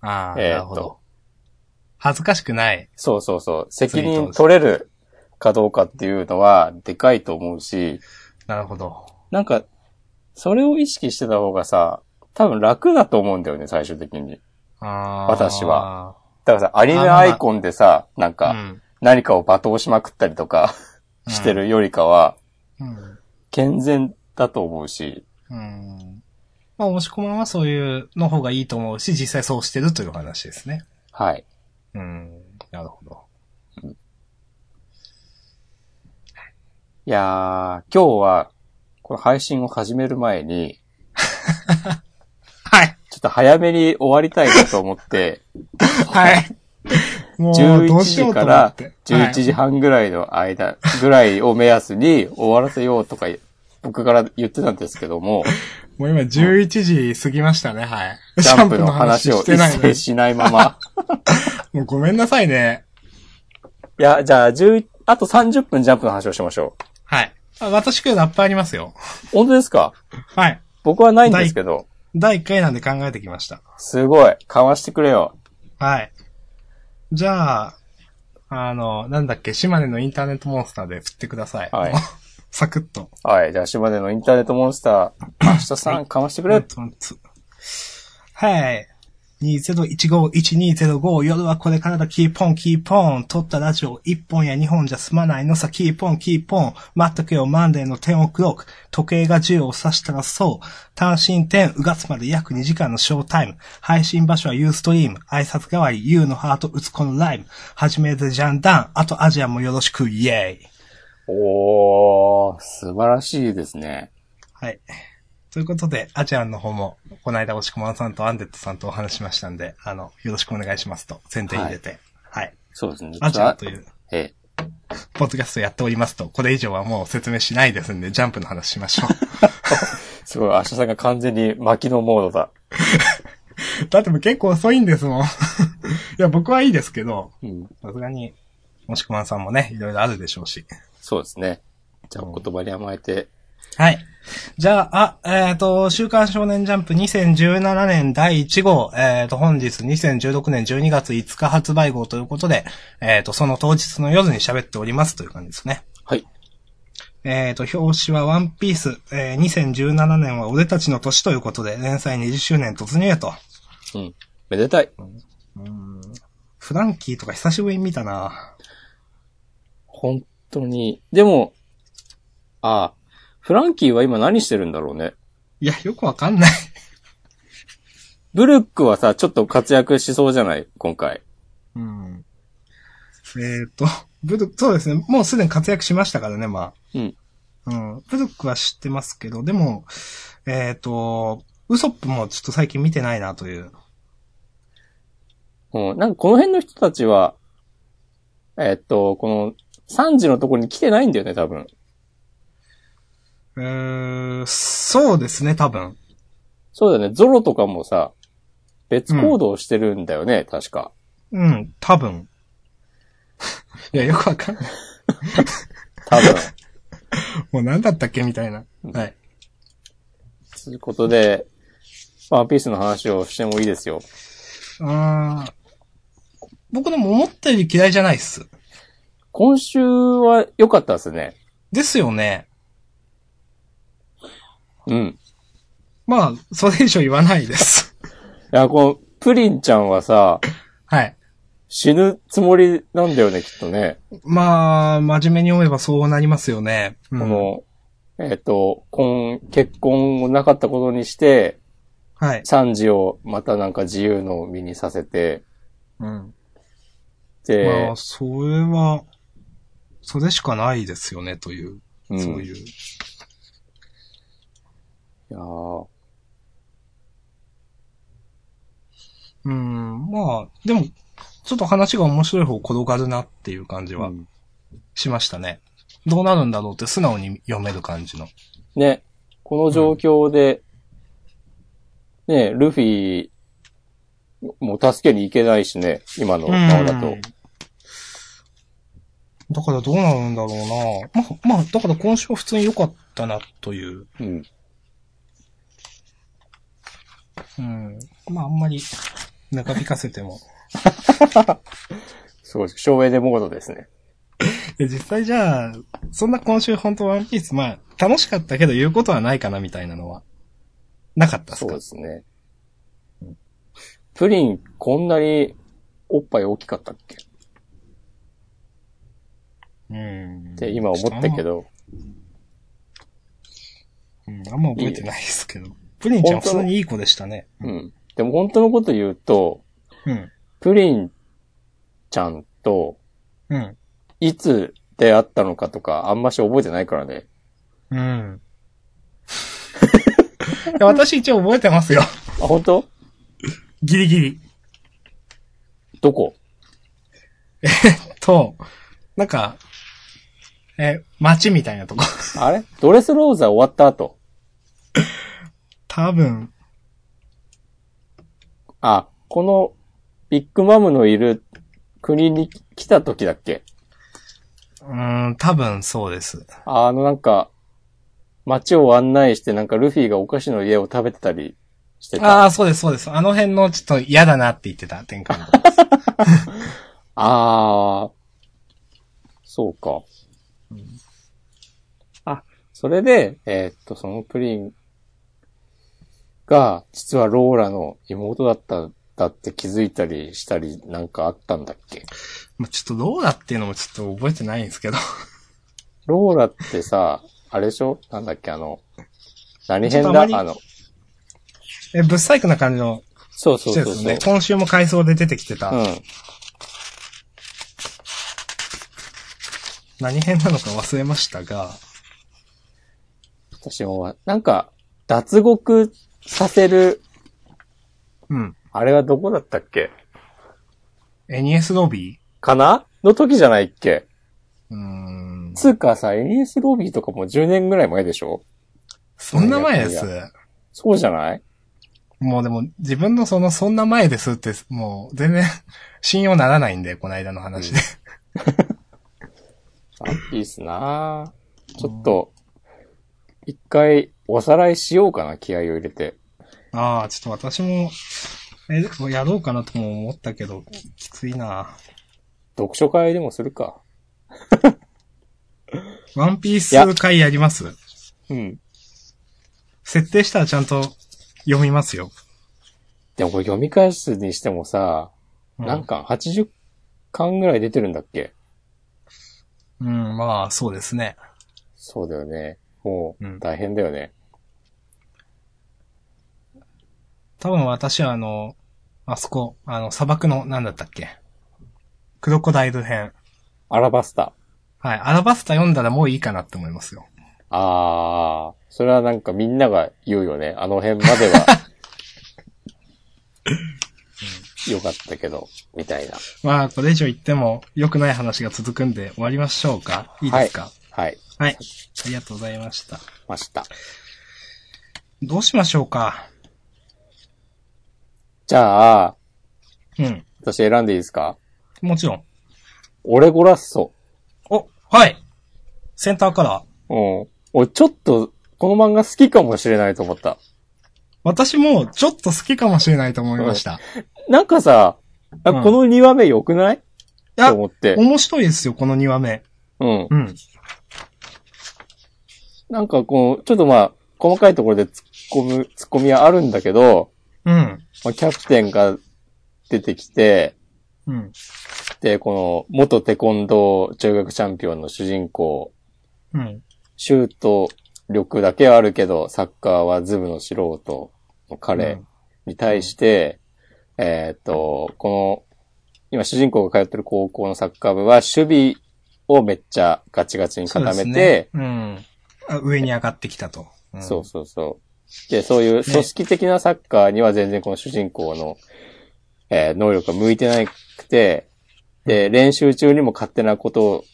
Speaker 1: ああ、
Speaker 2: え
Speaker 1: なる
Speaker 2: ーっ
Speaker 1: ほ
Speaker 2: と
Speaker 1: ど。、恥ずかしくない。
Speaker 2: そうそうそう、責
Speaker 1: ツイート
Speaker 2: 任
Speaker 1: です
Speaker 2: 取れるかどうかっていうのは、でかいと思うし、
Speaker 1: なるほど。
Speaker 2: なんか、それを意識してた方がさ、多分楽だと思うんだよね、最終的に。
Speaker 1: ああ。
Speaker 2: 私は。だからさ、アニメアイコンでさ、なん
Speaker 1: う
Speaker 2: か、
Speaker 1: ん。
Speaker 2: 何かを罵倒しまくったりとか
Speaker 1: うん
Speaker 2: してるよりかは、
Speaker 1: うん。
Speaker 2: 健全だと思うし、
Speaker 1: うん。まあ、押し込まんはそういうの方がいいと思うし、実際そうしてるという話ですね。
Speaker 2: はい。
Speaker 1: うん。なるほど。
Speaker 2: いやー、今日は、この配信を始める前に、
Speaker 1: はい。
Speaker 2: ちょっと早めに終わりたいなと 思って、
Speaker 1: はい。もう、ど
Speaker 2: 11
Speaker 1: うしよ
Speaker 2: 時
Speaker 1: うと
Speaker 2: か
Speaker 1: 思っ
Speaker 2: ら
Speaker 1: て。
Speaker 2: 11時半ぐらいの間ぐらいを目安に終わらせようとか、僕から言ってたんですけども、
Speaker 1: はいもう今11時過ぎましたね、はい。
Speaker 2: ジャンプの話を
Speaker 1: シャンプ
Speaker 2: 一
Speaker 1: の話してないの
Speaker 2: 切
Speaker 1: に
Speaker 2: しないま ま。
Speaker 1: もうごめんなさいね。
Speaker 2: いや、じゃあ、11あと30分ジャンプの話をしましょう。
Speaker 1: はい。あ私今日ラップありますよ。
Speaker 2: 本当ですか
Speaker 1: はい。
Speaker 2: 僕はないんですけど、
Speaker 1: 第1回なんで考えてきました。
Speaker 2: すごい、かわしてくれよ。
Speaker 1: はい。じゃあ、あの、なんだっけ、島根のインターネットモンスターで振ってください。
Speaker 2: はい。
Speaker 1: サクッと。
Speaker 2: はい、じゃあ、島根のインターネットモンスター、明日さん、かましてくれ。
Speaker 1: はい。2015-1205夜はこれからだキーポンキーポン撮ったラジオ1本や2本じゃ済まないのさキーポンキーポン待っとけよマンデーの10オクロック時計が10を指したらそう単身10うがつまで約2時間のショータイム配信場所はユーストリーム挨拶代わり U のハート打つこのライム始めてジャンダンあとアジアもよろしくイエーイ
Speaker 2: おー、素晴らしいですね。
Speaker 1: はい。ということで、アジアンの方も、この間、押し込まんさんとアンデットさんとお話しましたんで、あの、よろしくお願いしますと、宣伝入れて、はい。
Speaker 2: そうですね。
Speaker 1: アジアンという、
Speaker 2: ええ
Speaker 1: ポッドキャストやっておりますと、これ以上はもう説明しないですんで、ジャンプの話しましょ
Speaker 2: すごい、明日さんが完全に巻きのモードだ。
Speaker 1: う。 だってもう結構遅いんですもん。い や、僕はいいですけど、
Speaker 2: うん。
Speaker 1: さすがに、押し込まんさんもね、いろいろあるでしょうし。
Speaker 2: そうですね。じゃあ、お言葉に甘えて。
Speaker 1: はい。じゃあ、あ、えっ、と、週刊少年ジャンプ2017年第1号、えっ、と、本日2016年12月5日発売号ということで、えっ、と、その当日の夜に喋っておりますという感じですね。
Speaker 2: はい。
Speaker 1: えっ、と、表紙はワンピース、えー2017年は俺たちの年ということで、連載20周年突入へと。
Speaker 2: うん。めでたい。
Speaker 1: フランキーとか久しぶりに見たな
Speaker 2: 本当に。でも、ああ、フランキーは今何してるんだろうね。
Speaker 1: いや、よくわかんない。
Speaker 2: ブルックはさ、ちょっと活躍しそうじゃない今回。
Speaker 1: うん。えっ、と、 ブルック、そうですね。もうすでに活躍しましたからね、まあ。
Speaker 2: うん。
Speaker 1: うん。ブルックは知ってますけど、でも、えっ、と、ウソップもちょっと最近見てないなという。
Speaker 2: うん。なんかこの辺の人たちは、えっと、この、3時のところに来てないんだよね、多分。
Speaker 1: うーん、そうですね、多分。
Speaker 2: そうだよね。ゾロとかもさ、別行動してるんだよね、確か。
Speaker 1: うん、多分。 いや、よくわかんない。
Speaker 2: 多分。
Speaker 1: もう何だったっけみたいな。
Speaker 2: ん
Speaker 1: はい。
Speaker 2: ということで、ワンピースの話をしてもいいですよ。
Speaker 1: あー僕でも思ったより嫌いじゃないっす。
Speaker 2: 今週は良かったですね。
Speaker 1: ですよね。
Speaker 2: うん。
Speaker 1: まあ、それ以上言わないです。
Speaker 2: いや、この、プリンちゃんはさ、
Speaker 1: はい。
Speaker 2: 死ぬつもりなんだよね、きっとね。
Speaker 1: まあ、真面目に思えばそうなりますよね。うん
Speaker 2: この、えっ、と、婚、結婚をなかったことにして、
Speaker 1: はい。
Speaker 2: サンジをまたなんか自由の身にさせて、
Speaker 1: うん。ま
Speaker 2: で
Speaker 1: あ、、それは、それしかないですよね、という、
Speaker 2: ん、
Speaker 1: そういう。
Speaker 2: いやー
Speaker 1: うん、まあ、でも、ちょっと話が面白い方転がるなっていう感じは
Speaker 2: うん
Speaker 1: しましたね。どうなるんだろうって素直に読める感じの。
Speaker 2: ね、この状況で、ね、ルフィ、もう助けに行けないしね、今のままだと。
Speaker 1: だからどうなるんだろうなまあ、まあ、だから今週は普通に良かったな、という。
Speaker 2: うん。
Speaker 1: うん。まあ、あんまり、長引かせても。
Speaker 2: すごい、省エネモードですね。
Speaker 1: いや実際じゃあ、そんな今週本当ワンピース、まあ、楽しかったけど言うことはないかな、みたいなのは。なかったっす
Speaker 2: そう
Speaker 1: か
Speaker 2: ですね。プリン、こんなにおっぱい大きかったっけっ
Speaker 1: うん。
Speaker 2: て今思ったけど、
Speaker 1: うん。あんま覚えてないですけど。プリンちゃん
Speaker 2: 本当
Speaker 1: 普通にいい子でしたね。
Speaker 2: うん。でも本当のこと言うと、
Speaker 1: うん。
Speaker 2: プリンちゃんと
Speaker 1: うん。
Speaker 2: いつ出会ったのかとかあんまし覚えてないからね。
Speaker 1: うん。いや私一応覚えてますよ。
Speaker 2: あ、本当
Speaker 1: ギリギリ。
Speaker 2: どこ
Speaker 1: と、なんか、え、街みたいなとこ。
Speaker 2: あれドレスローザ終わった後。
Speaker 1: 多分、
Speaker 2: あ、このビッグマムのいる国に来た時だっけ
Speaker 1: うーん、多分そうです。
Speaker 2: あのなんか、街を案内してなんかルフィがお菓子の家を食べてたりしてた。
Speaker 1: あ
Speaker 2: あ
Speaker 1: あ、そうです、そうです。あの辺のちょっと嫌だなって言ってた展開のとこ。
Speaker 2: あー、そうか。あ、それで、えーっと、そのプリンが、実はローラの妹だった、だって気づいたりしたりなんかあったんだっけ
Speaker 1: まあ、ちょっとどうだっていうのもちょっと覚えてないんですけど。
Speaker 2: ローラってさ、あれでしょなんだっけあの、何編
Speaker 1: ちょっと
Speaker 2: だ
Speaker 1: あ
Speaker 2: あ
Speaker 1: まり
Speaker 2: の、
Speaker 1: え、ぶっさいくな感じの
Speaker 2: そうそ
Speaker 1: 人で
Speaker 2: うそう
Speaker 1: す
Speaker 2: そう
Speaker 1: ね。。今週も回想で出てきてた。
Speaker 2: うん。
Speaker 1: 何編なのか忘れましたが。
Speaker 2: 私もわ、なんか、脱獄させる、
Speaker 1: うん。
Speaker 2: あれはどこだったっけ
Speaker 1: エニエスロビ
Speaker 2: かなの時じゃないっけ
Speaker 1: ーうーん。
Speaker 2: つうかさ、エリエスロビーとかも10年ぐらい前でしょ
Speaker 1: そんな前です。
Speaker 2: そうじゃない
Speaker 1: もうでも自分のそのそんな前ですって、もう全然信用ならないんで、この間の話で。
Speaker 2: あいいっすなぁちょっと、一回おさらいしようかな、気合を入れて。
Speaker 1: ああ、ちょっと私も、え、もうやろうかなとも思ったけど、きついな
Speaker 2: 読書会でもするか。
Speaker 1: ワンピー
Speaker 2: いや
Speaker 1: ス回やります
Speaker 2: うん。
Speaker 1: 設定したらちゃんと読みますよ。
Speaker 2: でもこれ読み返すにしてもさ、
Speaker 1: う
Speaker 2: 何巻 ?80 巻ぐらい出てるんだっけ
Speaker 1: うん、まあ、そうですね。
Speaker 2: そうだよね。も
Speaker 1: うん
Speaker 2: う、大変だよね。
Speaker 1: 多分私はあの、あそこ、あの、砂漠の、なんだったっけクロコダイル編。
Speaker 2: アラバスタ。
Speaker 1: はい。アラバスタ読んだらもういいかなって思いますよ。
Speaker 2: あー、それはなんかみんなが言うよね。あの辺まで は。よかったけど、みたいな。
Speaker 1: まあ、これ以上言っても良くない話が続くんで終わりましょうかいいですか
Speaker 2: はい。
Speaker 1: はい。ありがとうございました。
Speaker 2: ました。
Speaker 1: どうしましょうか
Speaker 2: じゃあ、
Speaker 1: うん。
Speaker 2: 私選んでいいですか
Speaker 1: もちろん。
Speaker 2: オレゴラッソ。
Speaker 1: お、はい。センターカラー。
Speaker 2: うん。俺ちょっと、この漫画好きかもしれないと思った。
Speaker 1: 私もちょっと好きかもしれないと思いました。
Speaker 2: なんかさ、あ
Speaker 1: うん
Speaker 2: この2話目良くない
Speaker 1: いや
Speaker 2: と、思って。
Speaker 1: 面白いですよ、この2話目。
Speaker 2: うん。
Speaker 1: うん。
Speaker 2: なんかこう、ちょっとまあ、細かいところで突っ込む、突っ込みはあるんだけど、
Speaker 1: うん。
Speaker 2: まあ、キャプテンが出てきて、
Speaker 1: うん。
Speaker 2: で、この、元テコンドー中学チャンピオンの主人公、
Speaker 1: うん。
Speaker 2: シュート力だけはあるけど、サッカーはズブの素人の彼に対して、えーっと、この、今主人公が通ってる高校のサッカー部は、守備をめっちゃガチガチに
Speaker 1: そうで
Speaker 2: 固
Speaker 1: す
Speaker 2: めて、
Speaker 1: ね、うん。あ上に上がってきたと。うん
Speaker 2: そうそうそう。で、そういう組織的なサッカーには全然この主人公の、えー能力が向いてなくて、で、練習中にも勝手なことを、守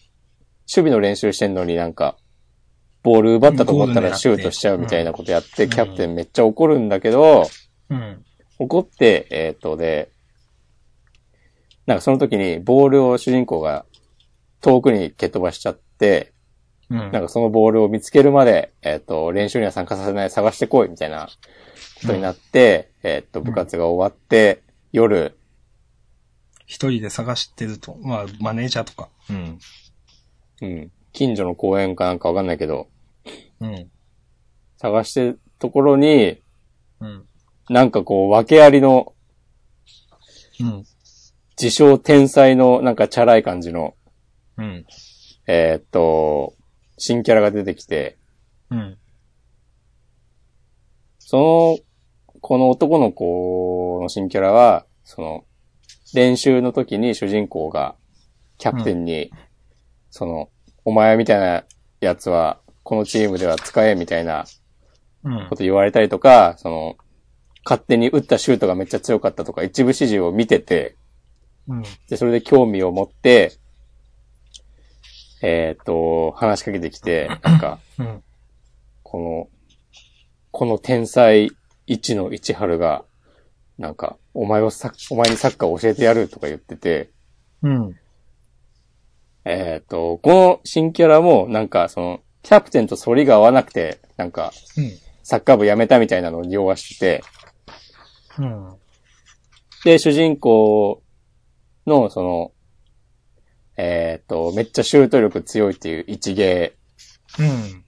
Speaker 2: 備の練習してんのになんか、ボール奪ったと思っ
Speaker 1: ゴ
Speaker 2: た
Speaker 1: ール狙
Speaker 2: ら
Speaker 1: って
Speaker 2: シュートしちゃうみたいなことやって、
Speaker 1: うん
Speaker 2: キャプテンめっちゃ怒るんだけど、
Speaker 1: うん。
Speaker 2: 怒って、えっ、と、で、なんかその時にボールを主人公が遠くに蹴っ飛ばしちゃって、
Speaker 1: うん。
Speaker 2: なんかそのボールを見つけるまで、えっ、と、練習には参加させない、探してこい、みたいなことになって、えっ、と、部活が終わって、夜、
Speaker 1: 一人で探してると。まあ、マネージャーとか。うん。
Speaker 2: うん、近所の公園かなんかわかんないけど、
Speaker 1: うん。
Speaker 2: 探してるところに、
Speaker 1: うん。
Speaker 2: なんかこう、訳ありの、
Speaker 1: うん。
Speaker 2: 自称天才の、なんかチャラい感じの、
Speaker 1: うん。
Speaker 2: えっ、と、新キャラが出てきて、
Speaker 1: うん。
Speaker 2: その、この男の子の新キャラは、その、練習の時に主人公が、キャプテンに、その、お前みたいなやつは、このチームでは使えみたいな
Speaker 1: うん
Speaker 2: こ。と言われたりとか、その、勝手に打ったシュートがめっちゃ強かったとか、一部指示を見てて、
Speaker 1: うん。
Speaker 2: で、それで興味を持って、えーっと、話しかけてきて、なんか、
Speaker 1: うん。
Speaker 2: この、この天才一の一春が、なんか、お前をサッお前にサッカーを教えてやるとか言ってて、
Speaker 1: うん。
Speaker 2: えーっ、と、この新キャラも、なんか、その、キャプテンと反りが合わなくて、なんか、サッカー部辞めたみたいなのを匂わしてて、
Speaker 1: うん。
Speaker 2: で、主人公の、その、えーっ、と、めっちゃシュート力強いっていう一芸
Speaker 1: うん。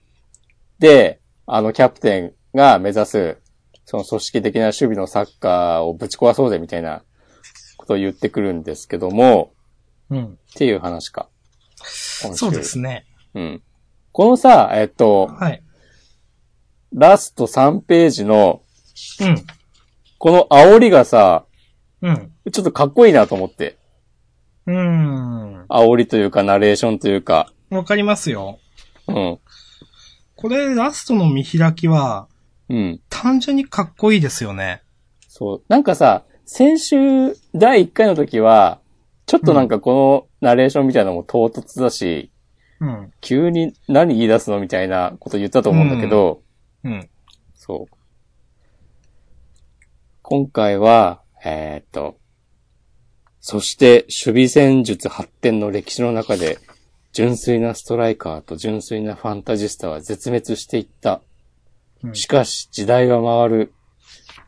Speaker 2: で、あのキャプテンが目指す、その組織的な守備のサッカーをぶち壊そうぜみたいなことを言ってくるんですけども、
Speaker 1: うん。
Speaker 2: っていう話か。
Speaker 1: そうです
Speaker 2: ね。
Speaker 1: ね。
Speaker 2: うん。このさ、えっと、
Speaker 1: はい。
Speaker 2: ラスト3ページの、
Speaker 1: うん。
Speaker 2: この煽りがさ、
Speaker 1: うん。
Speaker 2: ちょっとかっこいいなと思って。
Speaker 1: うん。
Speaker 2: 煽りというか、ナレーションというか。
Speaker 1: わかりますよ。
Speaker 2: うん。
Speaker 1: これ、ラストの見開きは、
Speaker 2: うん。
Speaker 1: 単純にかっこいいですよね。
Speaker 2: そう。なんかさ、先週、第1回の時は、ちょっとなんかこのナレーションみたいなのも唐突だし、
Speaker 1: うん。
Speaker 2: 急に何言い出すのみたいなこと言ったと思うんだけど、
Speaker 1: うん。
Speaker 2: そう。今回は、えーっと、そして守備戦術発展の歴史の中で、純粋なストライカーと純粋なファンタジスタは絶滅していった。
Speaker 1: うん
Speaker 2: しかし時代は回る。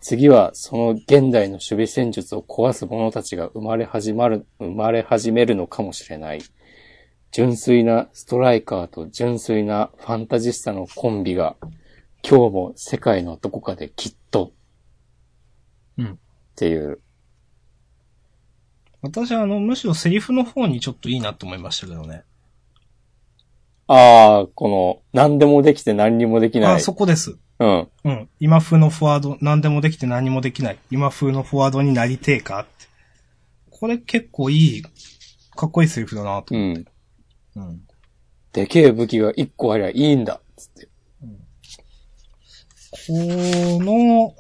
Speaker 2: 次はその現代の守備戦術を壊す者たちが生まれ始まる、生まれ始めるのかもしれない。純粋なストライカーと純粋なファンタジスタのコンビが、今日も世界のどこかできっと。
Speaker 1: うん
Speaker 2: っていう。
Speaker 1: 私は、あの、むしろセリフの方にちょっといいなと思いましたけどね。
Speaker 2: ああ、この、何でもできて何にもできない。
Speaker 1: あ、そこです。
Speaker 2: うん。
Speaker 1: うん。今風のフォワード、何でもできて何もできない。今風のフォワードになりてえかって。これ結構いい、かっこいいセリフだなと
Speaker 2: う
Speaker 1: 思っ
Speaker 2: ん。
Speaker 1: て。うん。
Speaker 2: でけえ武器が一個ありゃいいんだ。つって。
Speaker 1: この、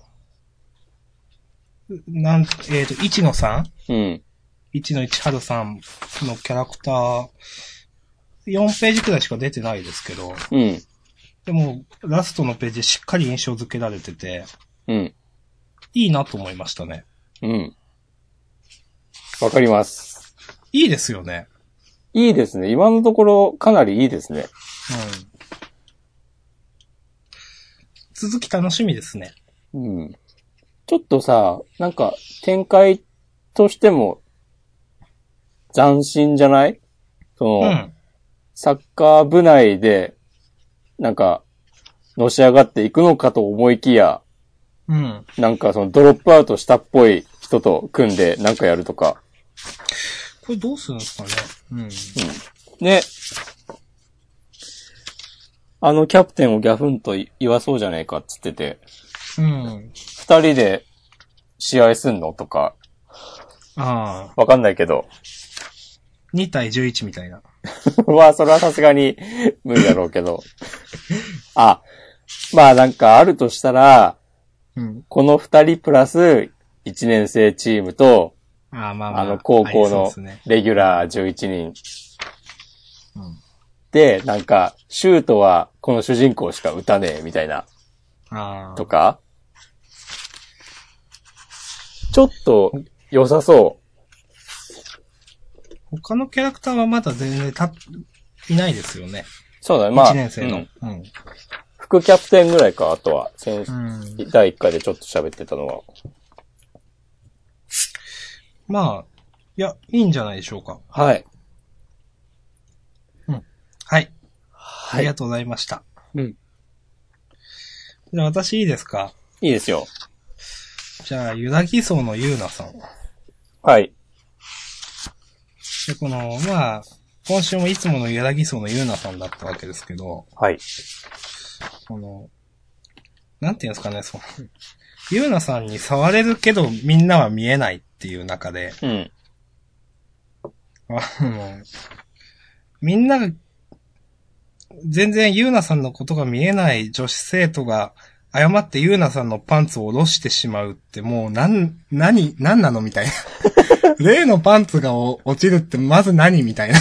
Speaker 1: なん、えっ、と、1の 3?
Speaker 2: うん。
Speaker 1: 1の1春さんのキャラクター、4ページくらいしか出てないですけど、
Speaker 2: うん。
Speaker 1: でも、ラストのページしっかり印象付けられてて、
Speaker 2: うん。
Speaker 1: いいなと思いましたね。
Speaker 2: うん。わかります。
Speaker 1: いいですよね。
Speaker 2: いいですね。今のところかなりいいですね。
Speaker 1: うん。続き楽しみですね。
Speaker 2: うん。ちょっとさ、なんか展開としても斬新じゃないその、
Speaker 1: うん。
Speaker 2: サッカー部内で、なんか、のし上がっていくのかと思いきや、
Speaker 1: うん。
Speaker 2: なんかそのドロップアウトしたっぽい人と組んでなんかやるとか。
Speaker 1: これどうするんですかね。うん。
Speaker 2: ね。あのキャプテンをギャフンと言わそうじゃねえかっつってて、
Speaker 1: うん。
Speaker 2: 二人で試合すんのとか、
Speaker 1: ああ。
Speaker 2: わかんないけど。
Speaker 1: 2対11みたいな。
Speaker 2: まあ、それはさすがに無理だろうけど。あ、まあなんかあるとしたら、
Speaker 1: うん。
Speaker 2: この二人プラス一年生チームと、
Speaker 1: ああ、まあまあ。
Speaker 2: あの高校
Speaker 1: あり
Speaker 2: の
Speaker 1: そうですね。
Speaker 2: レギュラー11人
Speaker 1: うん。
Speaker 2: で、なんか、シュートはこの主人公しか打たねえみたいな、
Speaker 1: ああ
Speaker 2: と。か。ちょっと良さそ
Speaker 1: 他のキャラクターはまだ全然た、いないですよね。
Speaker 2: う。そうだね、まあ。
Speaker 1: 1年生
Speaker 2: う
Speaker 1: の
Speaker 2: ん。
Speaker 1: うん。
Speaker 2: 副キャプテンぐらいか、あとは。先
Speaker 1: うん
Speaker 2: 第1回でちょっと喋ってたのは。
Speaker 1: まあ、いや、いいんじゃないでしょうか。
Speaker 2: はい。
Speaker 1: はい。あ
Speaker 2: は
Speaker 1: り
Speaker 2: い
Speaker 1: が。とうございました。
Speaker 2: うん。
Speaker 1: じゃあ私いいですか
Speaker 2: いいですよ。
Speaker 1: じゃあ、ユダギソウのユーナさん。
Speaker 2: はい。
Speaker 1: で、この、まあ、今週もいつものユダギソウのユーナさんだったわけですけど、
Speaker 2: はい。
Speaker 1: この、なんていうんですかね、その、ゆうなさんに触れるけどみんなは見えないっていう中で、
Speaker 2: うん。
Speaker 1: あの、みんなが、全然ゆうなさんのことが見えない女子生徒が、誤ってゆうなさんのパンツを下ろしてしまうって、もう、なん、 何、何なのみた いな。例のパンツがお落ちるって、まず何みたいな。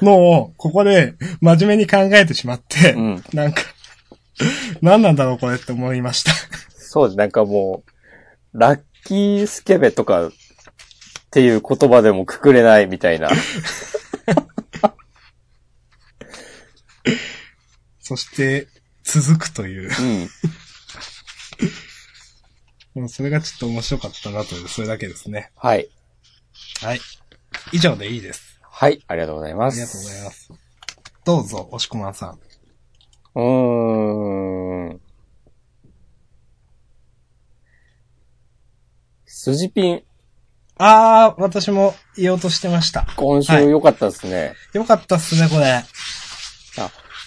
Speaker 1: もう、ここで、真面目に考えてしまって、
Speaker 2: うん
Speaker 1: なんか、何なんだろうこれって思いました。
Speaker 2: そうです。なんかもう、ラッキースケベとかっていう言葉でもくくれないみたいな。
Speaker 1: そして、続くという。
Speaker 2: うん。
Speaker 1: もうそれがちょっと面白かったなという、それだけですね。
Speaker 2: はい。
Speaker 1: はい。以上でいいです。
Speaker 2: はい。ありがとうございま
Speaker 1: あ
Speaker 2: す。
Speaker 1: りがとうございます。どうぞ、押しこまんさん。
Speaker 2: うーん。スジピン、
Speaker 1: あー、私も言おうとしてました。
Speaker 2: 今
Speaker 1: は
Speaker 2: 週
Speaker 1: い
Speaker 2: 良かったですね、
Speaker 1: よかったっすね、これ。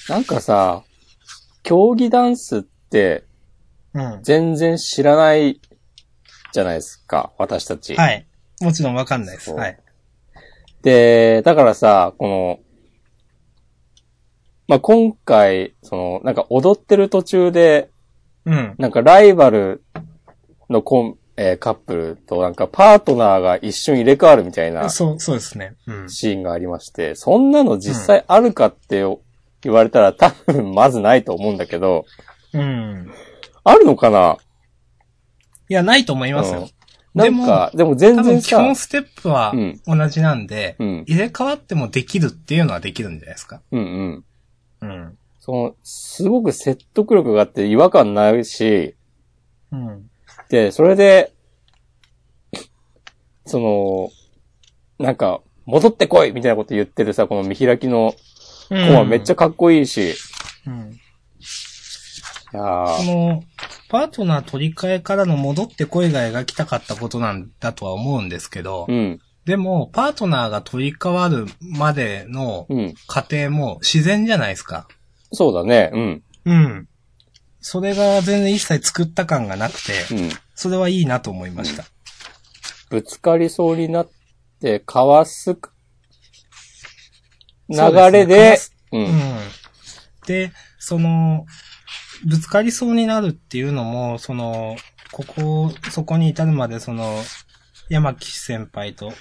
Speaker 2: なんかさ、競技ダンスって
Speaker 1: うん。
Speaker 2: 全然知らないじゃないですか、私たち。
Speaker 1: はい。もちろんわかんないです。
Speaker 2: そう
Speaker 1: はい。
Speaker 2: で、だからさ、この、まあ、今回、その、なんか踊ってる途中で、
Speaker 1: うん。
Speaker 2: なんかライバルのコン、えーカップルとなんかパートナーが一瞬入れ替わるみたいな
Speaker 1: そう、そうですね。うん。
Speaker 2: シーンがありまして、そんなの実際あるかって言われたら多分まずないと思うんだけど、
Speaker 1: うん。
Speaker 2: あるのかない
Speaker 1: や、ないと思います
Speaker 2: うん
Speaker 1: よ。
Speaker 2: なんか、でも全
Speaker 1: 多
Speaker 2: 然
Speaker 1: 分、基
Speaker 2: さ
Speaker 1: 本、ステップは
Speaker 2: うん
Speaker 1: 同じなんで、
Speaker 2: うん、
Speaker 1: 入れ替わってもできるっていうのはできるんじゃないですか。
Speaker 2: うん、う
Speaker 1: う
Speaker 2: ん。
Speaker 1: ん。
Speaker 2: その、すごく説得力があって違和感ないし、
Speaker 1: うん。
Speaker 2: で、それで、 その、なんか、戻ってこいみたいなこと言ってるさ、この見開きの
Speaker 1: 子
Speaker 2: 子はめっちゃ、かっこいいし、
Speaker 1: うん。
Speaker 2: いやー
Speaker 1: この、パートナー取り替えからの戻って声が描きたかったことなんだとは思うんですけど、
Speaker 2: うん、
Speaker 1: でも、パートナーが取り替わるまでの
Speaker 2: うん。
Speaker 1: 過程も自然じゃないですか。
Speaker 2: そうだね、うん、
Speaker 1: うん。それが全然一切作った感がなくて、
Speaker 2: うん。
Speaker 1: それはいいなと思いました。
Speaker 2: ぶつかりそうになって、かわすく、流
Speaker 1: そうですねか
Speaker 2: れ
Speaker 1: わ、
Speaker 2: ですうん、
Speaker 1: うん。で、その、ぶつかりそうになるっていうのも、その、ここ、そこに至るまで、その、山木先輩と、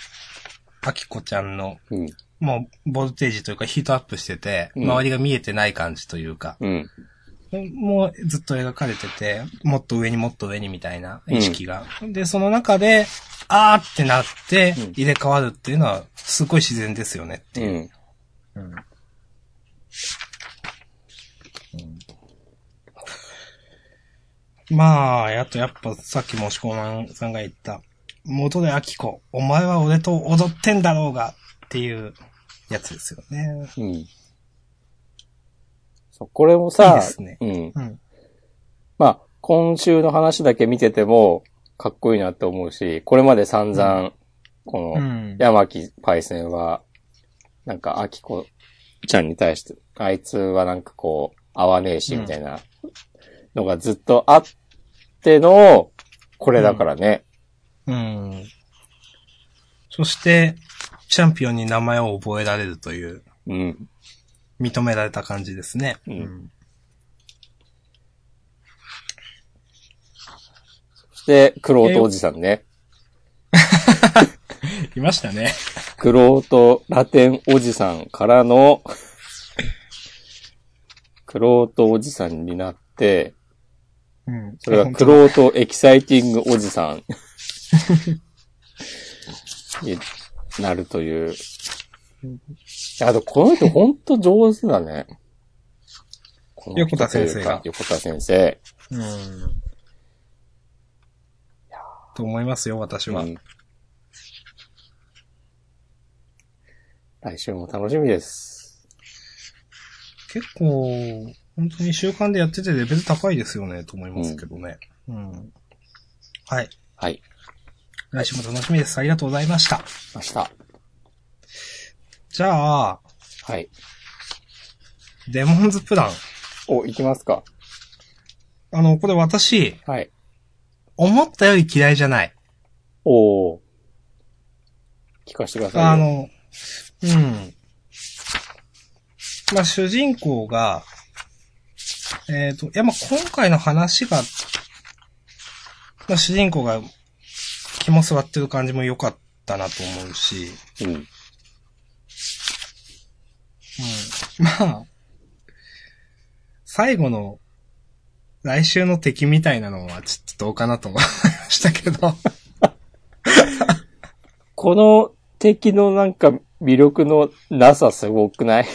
Speaker 1: あきこちゃんの
Speaker 2: うん、
Speaker 1: もう、ボルテージというかヒートアップしてて、
Speaker 2: うん
Speaker 1: 周りが見えてない感じというか、
Speaker 2: うん、
Speaker 1: もうずっと描かれてて、もっと上にもっと上にみたいな意識が。で、その中で、あーってなって
Speaker 2: うん、
Speaker 1: 入れ替わるっていうのは、すごい自然ですよねって
Speaker 2: う
Speaker 1: いう。
Speaker 2: ん。
Speaker 1: うんまあ、あとやっぱさっきもしこまんさんが言った、元であきこ、お前は俺と踊ってんだろうがっていうやつですよね。
Speaker 2: うん。そう、これも
Speaker 1: いい
Speaker 2: さ、
Speaker 1: ですね
Speaker 2: うん。
Speaker 1: うん。
Speaker 2: まあ、今週の話だけ見てても、かっこいいなって思うし、これまで散々、こ
Speaker 1: う
Speaker 2: の、
Speaker 1: ん。
Speaker 2: 山木パイセンは、なんか、あきこちゃんに対して、あいつはなんかこう、合わねえし、
Speaker 1: うん
Speaker 2: みたいなのがずっとあっての、これだからね。
Speaker 1: うん。そして、チャンピオンに名前を覚えられるという、
Speaker 2: うん。
Speaker 1: 認められた感じですね。
Speaker 2: うん
Speaker 1: ん。
Speaker 2: そして、クロートおじさんね。
Speaker 1: いましたね。
Speaker 2: クロートラテンおじさんからの、クロートおじさんになって、
Speaker 1: うん。
Speaker 2: それがクロートエキサイティングおじさんになるという。あと、この人ほんと上手だね。この人
Speaker 1: 横田先生が
Speaker 2: というか横田先生。
Speaker 1: うん。と思いますよ、私は。
Speaker 2: うん来週も楽しみです。
Speaker 1: 結構、本当に週間でやっててレベル高いですよね、と思いますけどね。うん。はい。
Speaker 2: はい。
Speaker 1: 来週も楽しみです。ありがとうございました。
Speaker 2: 明日。
Speaker 1: じゃあ、
Speaker 2: はい。
Speaker 1: デモンズプラン。
Speaker 2: お、行きますか。
Speaker 1: あの、これ私、
Speaker 2: はい。
Speaker 1: 思ったより嫌いじゃない。
Speaker 2: おー。聞かせてください。
Speaker 1: あ、の、うん。まあ、主人公が、えっ、と、いや、まあ、今回の話が、まあ、主人公が、肝座ってる感じも良かったなと思うし、
Speaker 2: うん。
Speaker 1: うん。まあ、最後の、来週の敵みたいなのは、ちょっとどうかなと思いましたけど。
Speaker 2: この敵のなんか魅力のなさすごくない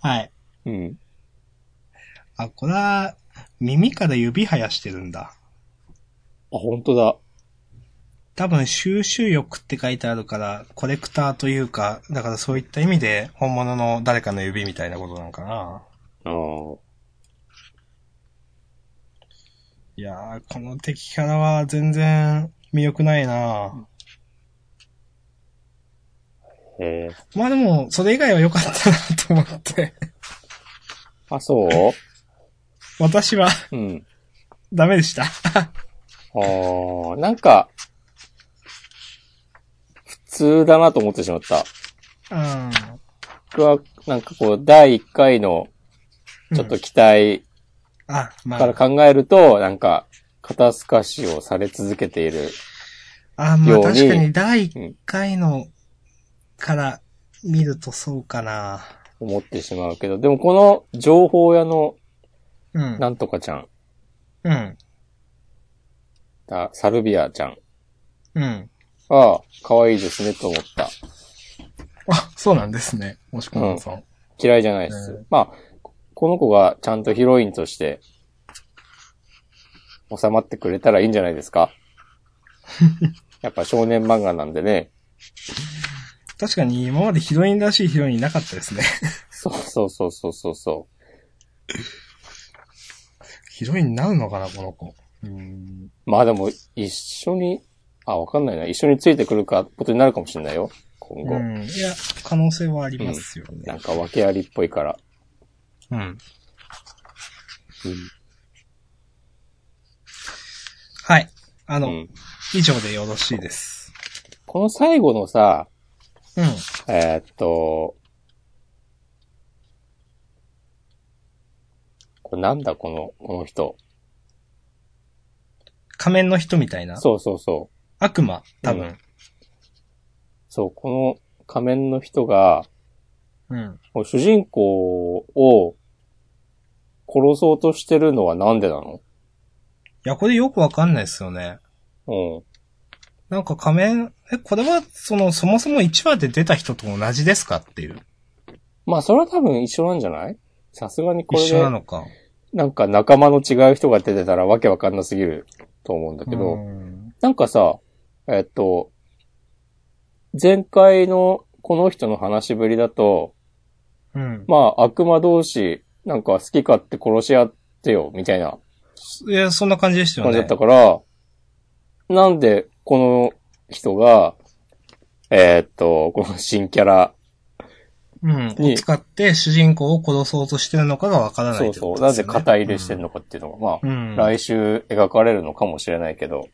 Speaker 1: はい。
Speaker 2: うん。
Speaker 1: あ、これは、耳から指生やしてるんだ。
Speaker 2: あ、本当だ。
Speaker 1: 多分収集欲って書いてあるから、コレクターというか、だからそういった意味で、本物の誰かの指みたいなことなのかな。
Speaker 2: あー
Speaker 1: いやー、この敵キャラは全然魅力ないな
Speaker 2: へえ。
Speaker 1: まあでも、それ以外は良かったなと思って、
Speaker 2: あ、そう
Speaker 1: 私は
Speaker 2: うん。
Speaker 1: ダメでした。
Speaker 2: あー、なんか、普通だなと思ってしまった。
Speaker 1: う
Speaker 2: 僕は、なんかこう、第1回の、
Speaker 1: ん。
Speaker 2: ちょっと期待
Speaker 1: あ、ま
Speaker 2: から
Speaker 1: あ、
Speaker 2: 考えると、なんか、肩透かしをされ続けている。
Speaker 1: あまあ
Speaker 2: ように
Speaker 1: 確かに第
Speaker 2: うん
Speaker 1: 1回のから見るとそうかな
Speaker 2: 思ってしまうけど、でもこの情報屋の
Speaker 1: うん。
Speaker 2: なんとかちゃん、
Speaker 1: うん。
Speaker 2: あサルビアちゃん
Speaker 1: うん。
Speaker 2: は、可愛いですねと思った。
Speaker 1: あ、そうなんですね。もしこもさん。
Speaker 2: 嫌いじゃないです。
Speaker 1: う
Speaker 2: まあ、ここの子がちゃんとヒロインとして、収まってくれたらいいんじゃないで すかやっぱ少年漫画なんでね。
Speaker 1: 確かに今までヒロインらしいヒロインいなかったですね。
Speaker 2: そうそうそうそうそうそ
Speaker 1: ヒロインになるのかな、この子。うん。
Speaker 2: う。まあでも、一緒に、あ、わかんないな。一緒についてくるか、ことになるかもしれないよ。今後。
Speaker 1: うん。いや、可能性はありますよ
Speaker 2: な
Speaker 1: ね。
Speaker 2: んか訳ありっぽいから。
Speaker 1: うん。はい。あ
Speaker 2: う
Speaker 1: の、
Speaker 2: ん。
Speaker 1: 以上でよろしいです。
Speaker 2: この最後のさ、
Speaker 1: うん。
Speaker 2: えーっと、これなんだこの、この人。
Speaker 1: 仮面の人みたいな。
Speaker 2: そうそうそう。
Speaker 1: 悪魔、多分。
Speaker 2: そう、この仮面の人が、
Speaker 1: うん。
Speaker 2: こう主人公を殺そうとしてるのはなんでな
Speaker 1: い
Speaker 2: の
Speaker 1: や、これよくわかんないですよね。
Speaker 2: うん。
Speaker 1: なんか仮面、え、これは、その、そもそも1話で出た人と同じですかっていう。
Speaker 2: まあ、それは多分一緒なんじゃないさすがにこ
Speaker 1: 一
Speaker 2: れ
Speaker 1: 緒な
Speaker 2: で、
Speaker 1: のか。
Speaker 2: なんか仲間の違う人が出てたらわけわかんなすぎると思うんだけど、
Speaker 1: うん
Speaker 2: なんかさ、えっと、前回のこの人の話しぶりだと、
Speaker 1: うん。
Speaker 2: まあ、悪魔同士、なんか好き勝手殺し合ってよ、みたいない
Speaker 1: や、そんな感じでしたよ
Speaker 2: 感じだ
Speaker 1: ね
Speaker 2: った。から、なんでこの人が、えっと、この新キャラ、
Speaker 1: うん。
Speaker 2: に
Speaker 1: を使って主人公を殺そうとしてるのかがわからない
Speaker 2: そう
Speaker 1: って
Speaker 2: そ
Speaker 1: こ
Speaker 2: う、
Speaker 1: と
Speaker 2: な
Speaker 1: です
Speaker 2: ぜ
Speaker 1: よね
Speaker 2: 肩入れしてるのかっていうのが、まあ、
Speaker 1: うん。
Speaker 2: 来週描かれるのかもしれないけど、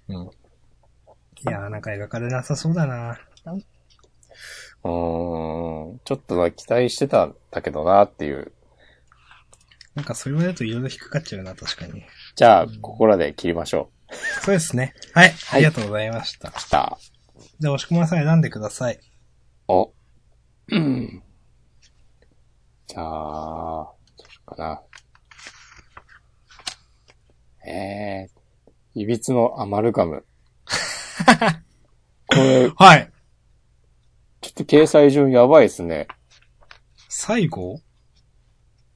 Speaker 1: いやーなんか描かれなさそうだな。
Speaker 2: うーん、ちょっとな期待してたんだけどなっていう。
Speaker 1: なんかそう言われるといろいろ引っかかっちゃうな、確かに。
Speaker 2: じゃあ、ここらで切りましょ
Speaker 1: そうですね。はい。ありがとうございました。
Speaker 2: う。来た。
Speaker 1: じゃあ、押し込まさん選んでください。
Speaker 2: お。うんじゃあ、どうしようかな。えー、いびつのアマルガ ム。これ、
Speaker 1: はい。
Speaker 2: ちょっと掲載順やばいですね。
Speaker 1: 最後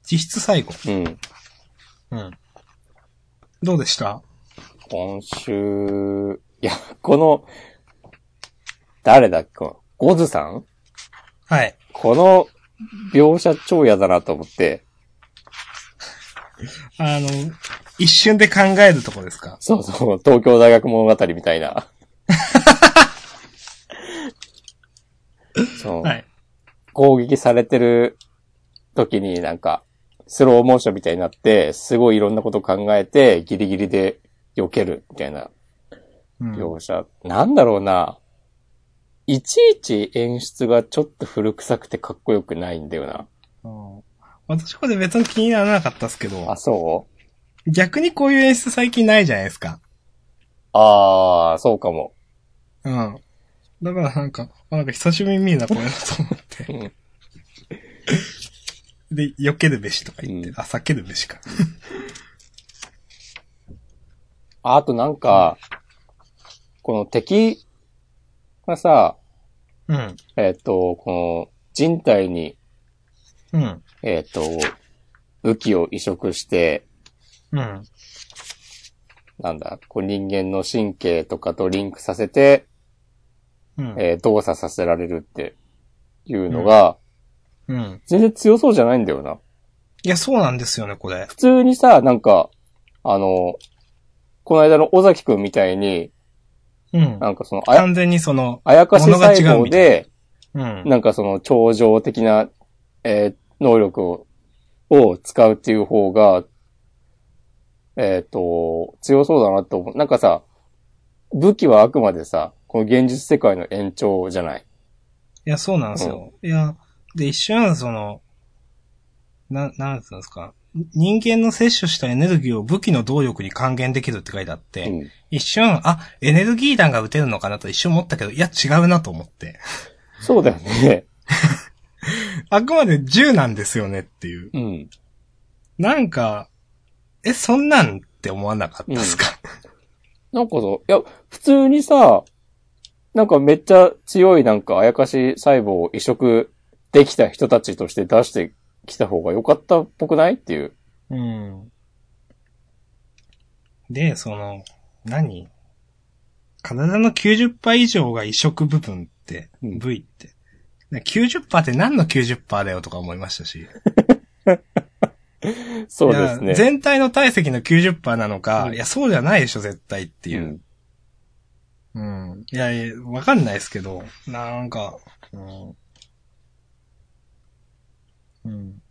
Speaker 1: 実質最後。
Speaker 2: うん。
Speaker 1: うん。どうでした
Speaker 2: 今週、いや、この、誰だっけこのゴズさん
Speaker 1: はい。
Speaker 2: この描写超やだなと思って。
Speaker 1: あの、一瞬で考えるとこですか
Speaker 2: そうそう、東京大学物語みた いな。そう、
Speaker 1: はい。
Speaker 2: 攻撃されてる時になんか、スローモーションみたいになって、すごいいろんなこと考えて、ギリギリで避ける、みたいな
Speaker 1: うん。
Speaker 2: 描写。なんだろうな。いちいち演出がちょっと古臭くてかっこよくないんだよな。
Speaker 1: うん私これ別に気にならなかったですけど
Speaker 2: あ、、そう
Speaker 1: 逆にこういう演出最近ないじゃないですか。
Speaker 2: ああ、そうかも。
Speaker 1: うん。だからなんか、あなんか久しぶりに見るな、これなと思って。
Speaker 2: うん
Speaker 1: で、避けるべしとか言って、
Speaker 2: うん
Speaker 1: あ、避けるべしか。
Speaker 2: あとなんか、この敵がさ、
Speaker 1: うん。
Speaker 2: えっ、と、この人体に、
Speaker 1: うん。
Speaker 2: えっ、と、武器を移植して、
Speaker 1: うん。
Speaker 2: なんだ、こう人間の神経とかとリンクさせて、
Speaker 1: うん。
Speaker 2: えー動作させられるっていうのが、
Speaker 1: うん。
Speaker 2: 全然強そうじゃないんだよな。
Speaker 1: いや、そうなんですよね、これ。
Speaker 2: 普通にさ、なんか、あの、この間の尾崎くんみたいに、
Speaker 1: うん。
Speaker 2: なんかその、あや
Speaker 1: 完全にその、
Speaker 2: あやかし
Speaker 1: 物が違うみたい
Speaker 2: 細胞で、
Speaker 1: うん。
Speaker 2: なんかその超常的な、えー能力を、を使うっていう方が、えっ、と、強そうだなと思う。なんかさ、武器はあくまでさ、この現実世界の延長じゃない。
Speaker 1: いや、そうなんですよ。いや、で、一瞬、その、な、なんつうんですか。人間の摂取したエネルギーを武器の動力に還元できるって書いてあって、
Speaker 2: うん。
Speaker 1: 一瞬、あ、エネルギー弾が撃てるのかなと一瞬思ったけど、いや、違うなと思って。
Speaker 2: そうだよね。
Speaker 1: あくまで銃なんですよねっていう。
Speaker 2: うん。
Speaker 1: なんか、え、そんなんって思わなかったですか、
Speaker 2: なんかそう、いや、普通にさ、なんかめっちゃ強いなんかあやかし細胞を移植できた人たちとして出してきた方が良かったっぽくないっていう。
Speaker 1: うん。で、その、何体の90%以上が移植部分って、
Speaker 2: うん
Speaker 1: 部位って。で90%って何の90%だよとか思いましたし。
Speaker 2: そうです
Speaker 1: いや
Speaker 2: ね。
Speaker 1: 全体の体積の90%なのか、
Speaker 2: うん
Speaker 1: いや、そうじゃないでしょ、絶対っていうう。
Speaker 2: ん
Speaker 1: うん。いやいや、わかんないですけど、なんか、うん。うん。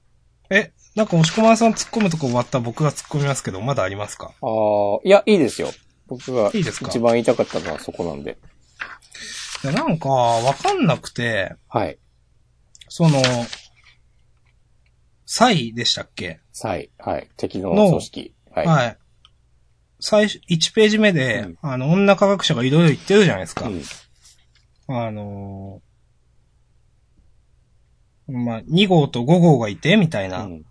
Speaker 1: え、なんか押し込まさん突っ込むとこ終わった僕が突っ込みますけど、まだありますか
Speaker 2: ああ、いや、いいですよ。僕が
Speaker 1: いいですか
Speaker 2: 一番言いたかったのはそこなんで。
Speaker 1: いや、なんか、わかんなくて、
Speaker 2: はい。
Speaker 1: その、サイでしたっけ
Speaker 2: はい。はい。敵の
Speaker 1: の
Speaker 2: 組織。はい。
Speaker 1: はい。最初、1ページ目で、
Speaker 2: うん
Speaker 1: あの、女科学者がいろいろ言ってるじゃないですか。
Speaker 2: うん
Speaker 1: あのーまあ、2号と5号がいて、みたいな。
Speaker 2: うん。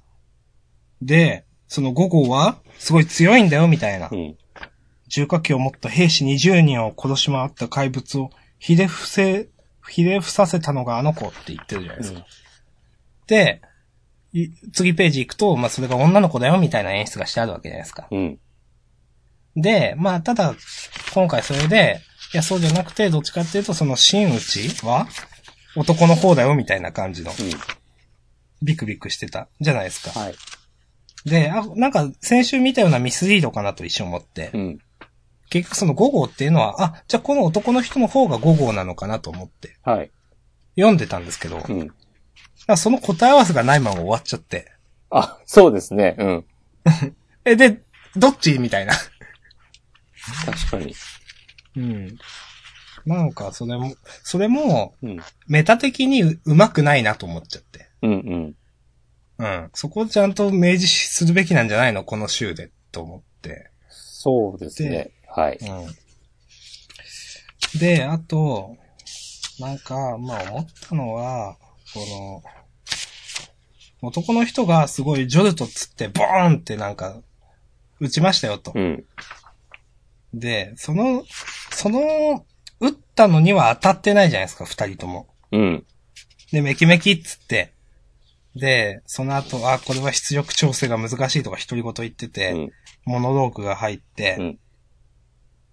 Speaker 1: で、その5号は、すごい強いんだよ、みたいな
Speaker 2: う。ん。
Speaker 1: 重火器を持った兵士20人を殺し回った怪物を、ひれ伏せ、ひれ伏させたのがあの子って言ってるじゃないですか。で、い次ページ行くと、まあ、それが女の子だよ、みたいな演出がしてあるわけじゃないですか。
Speaker 2: うん。
Speaker 1: で、まあ、ただ、今回それで、いや、そうじゃなくて、どっちかっていうと、その、真打ちは、男の方だよ、みたいな感じの、
Speaker 2: うん。
Speaker 1: ビクビクしてた、じゃないですか。
Speaker 2: はい。
Speaker 1: で、あ、なんか、先週見たようなミスリードかなと一瞬思って、
Speaker 2: うん。
Speaker 1: 結局その5号っていうのは、あ、じゃあこの男の人の方が5号なのかなと思って、
Speaker 2: はい。
Speaker 1: 読んでたんですけど、
Speaker 2: うん。
Speaker 1: あその答え合わせがないまま終わっちゃって、
Speaker 2: あ、そうですね。うん。
Speaker 1: え、で、どっちみたいな。
Speaker 2: 確かに。
Speaker 1: うん。なんか、それも、それも、
Speaker 2: うん。
Speaker 1: メタ的にううまくないなと思っちゃって。
Speaker 2: うんうん。
Speaker 1: うん。そこをちゃんと明示するべきなんじゃないのこの週で、と思って。
Speaker 2: そうですね
Speaker 1: で。
Speaker 2: はい。
Speaker 1: うん。で、あと、なんか、まあ思ったのは、この、男の人がすごいジョルトつって、ボーンってなんか、撃ちましたよと
Speaker 2: う。ん。
Speaker 1: で、その、その、撃ったのには当たってないじゃないですか、二人とも。
Speaker 2: うん。
Speaker 1: で、メキメキっつって、で、その後、あ、これは出力調整が難しいとか独り言言ってて、
Speaker 2: うん
Speaker 1: モノローグが入って、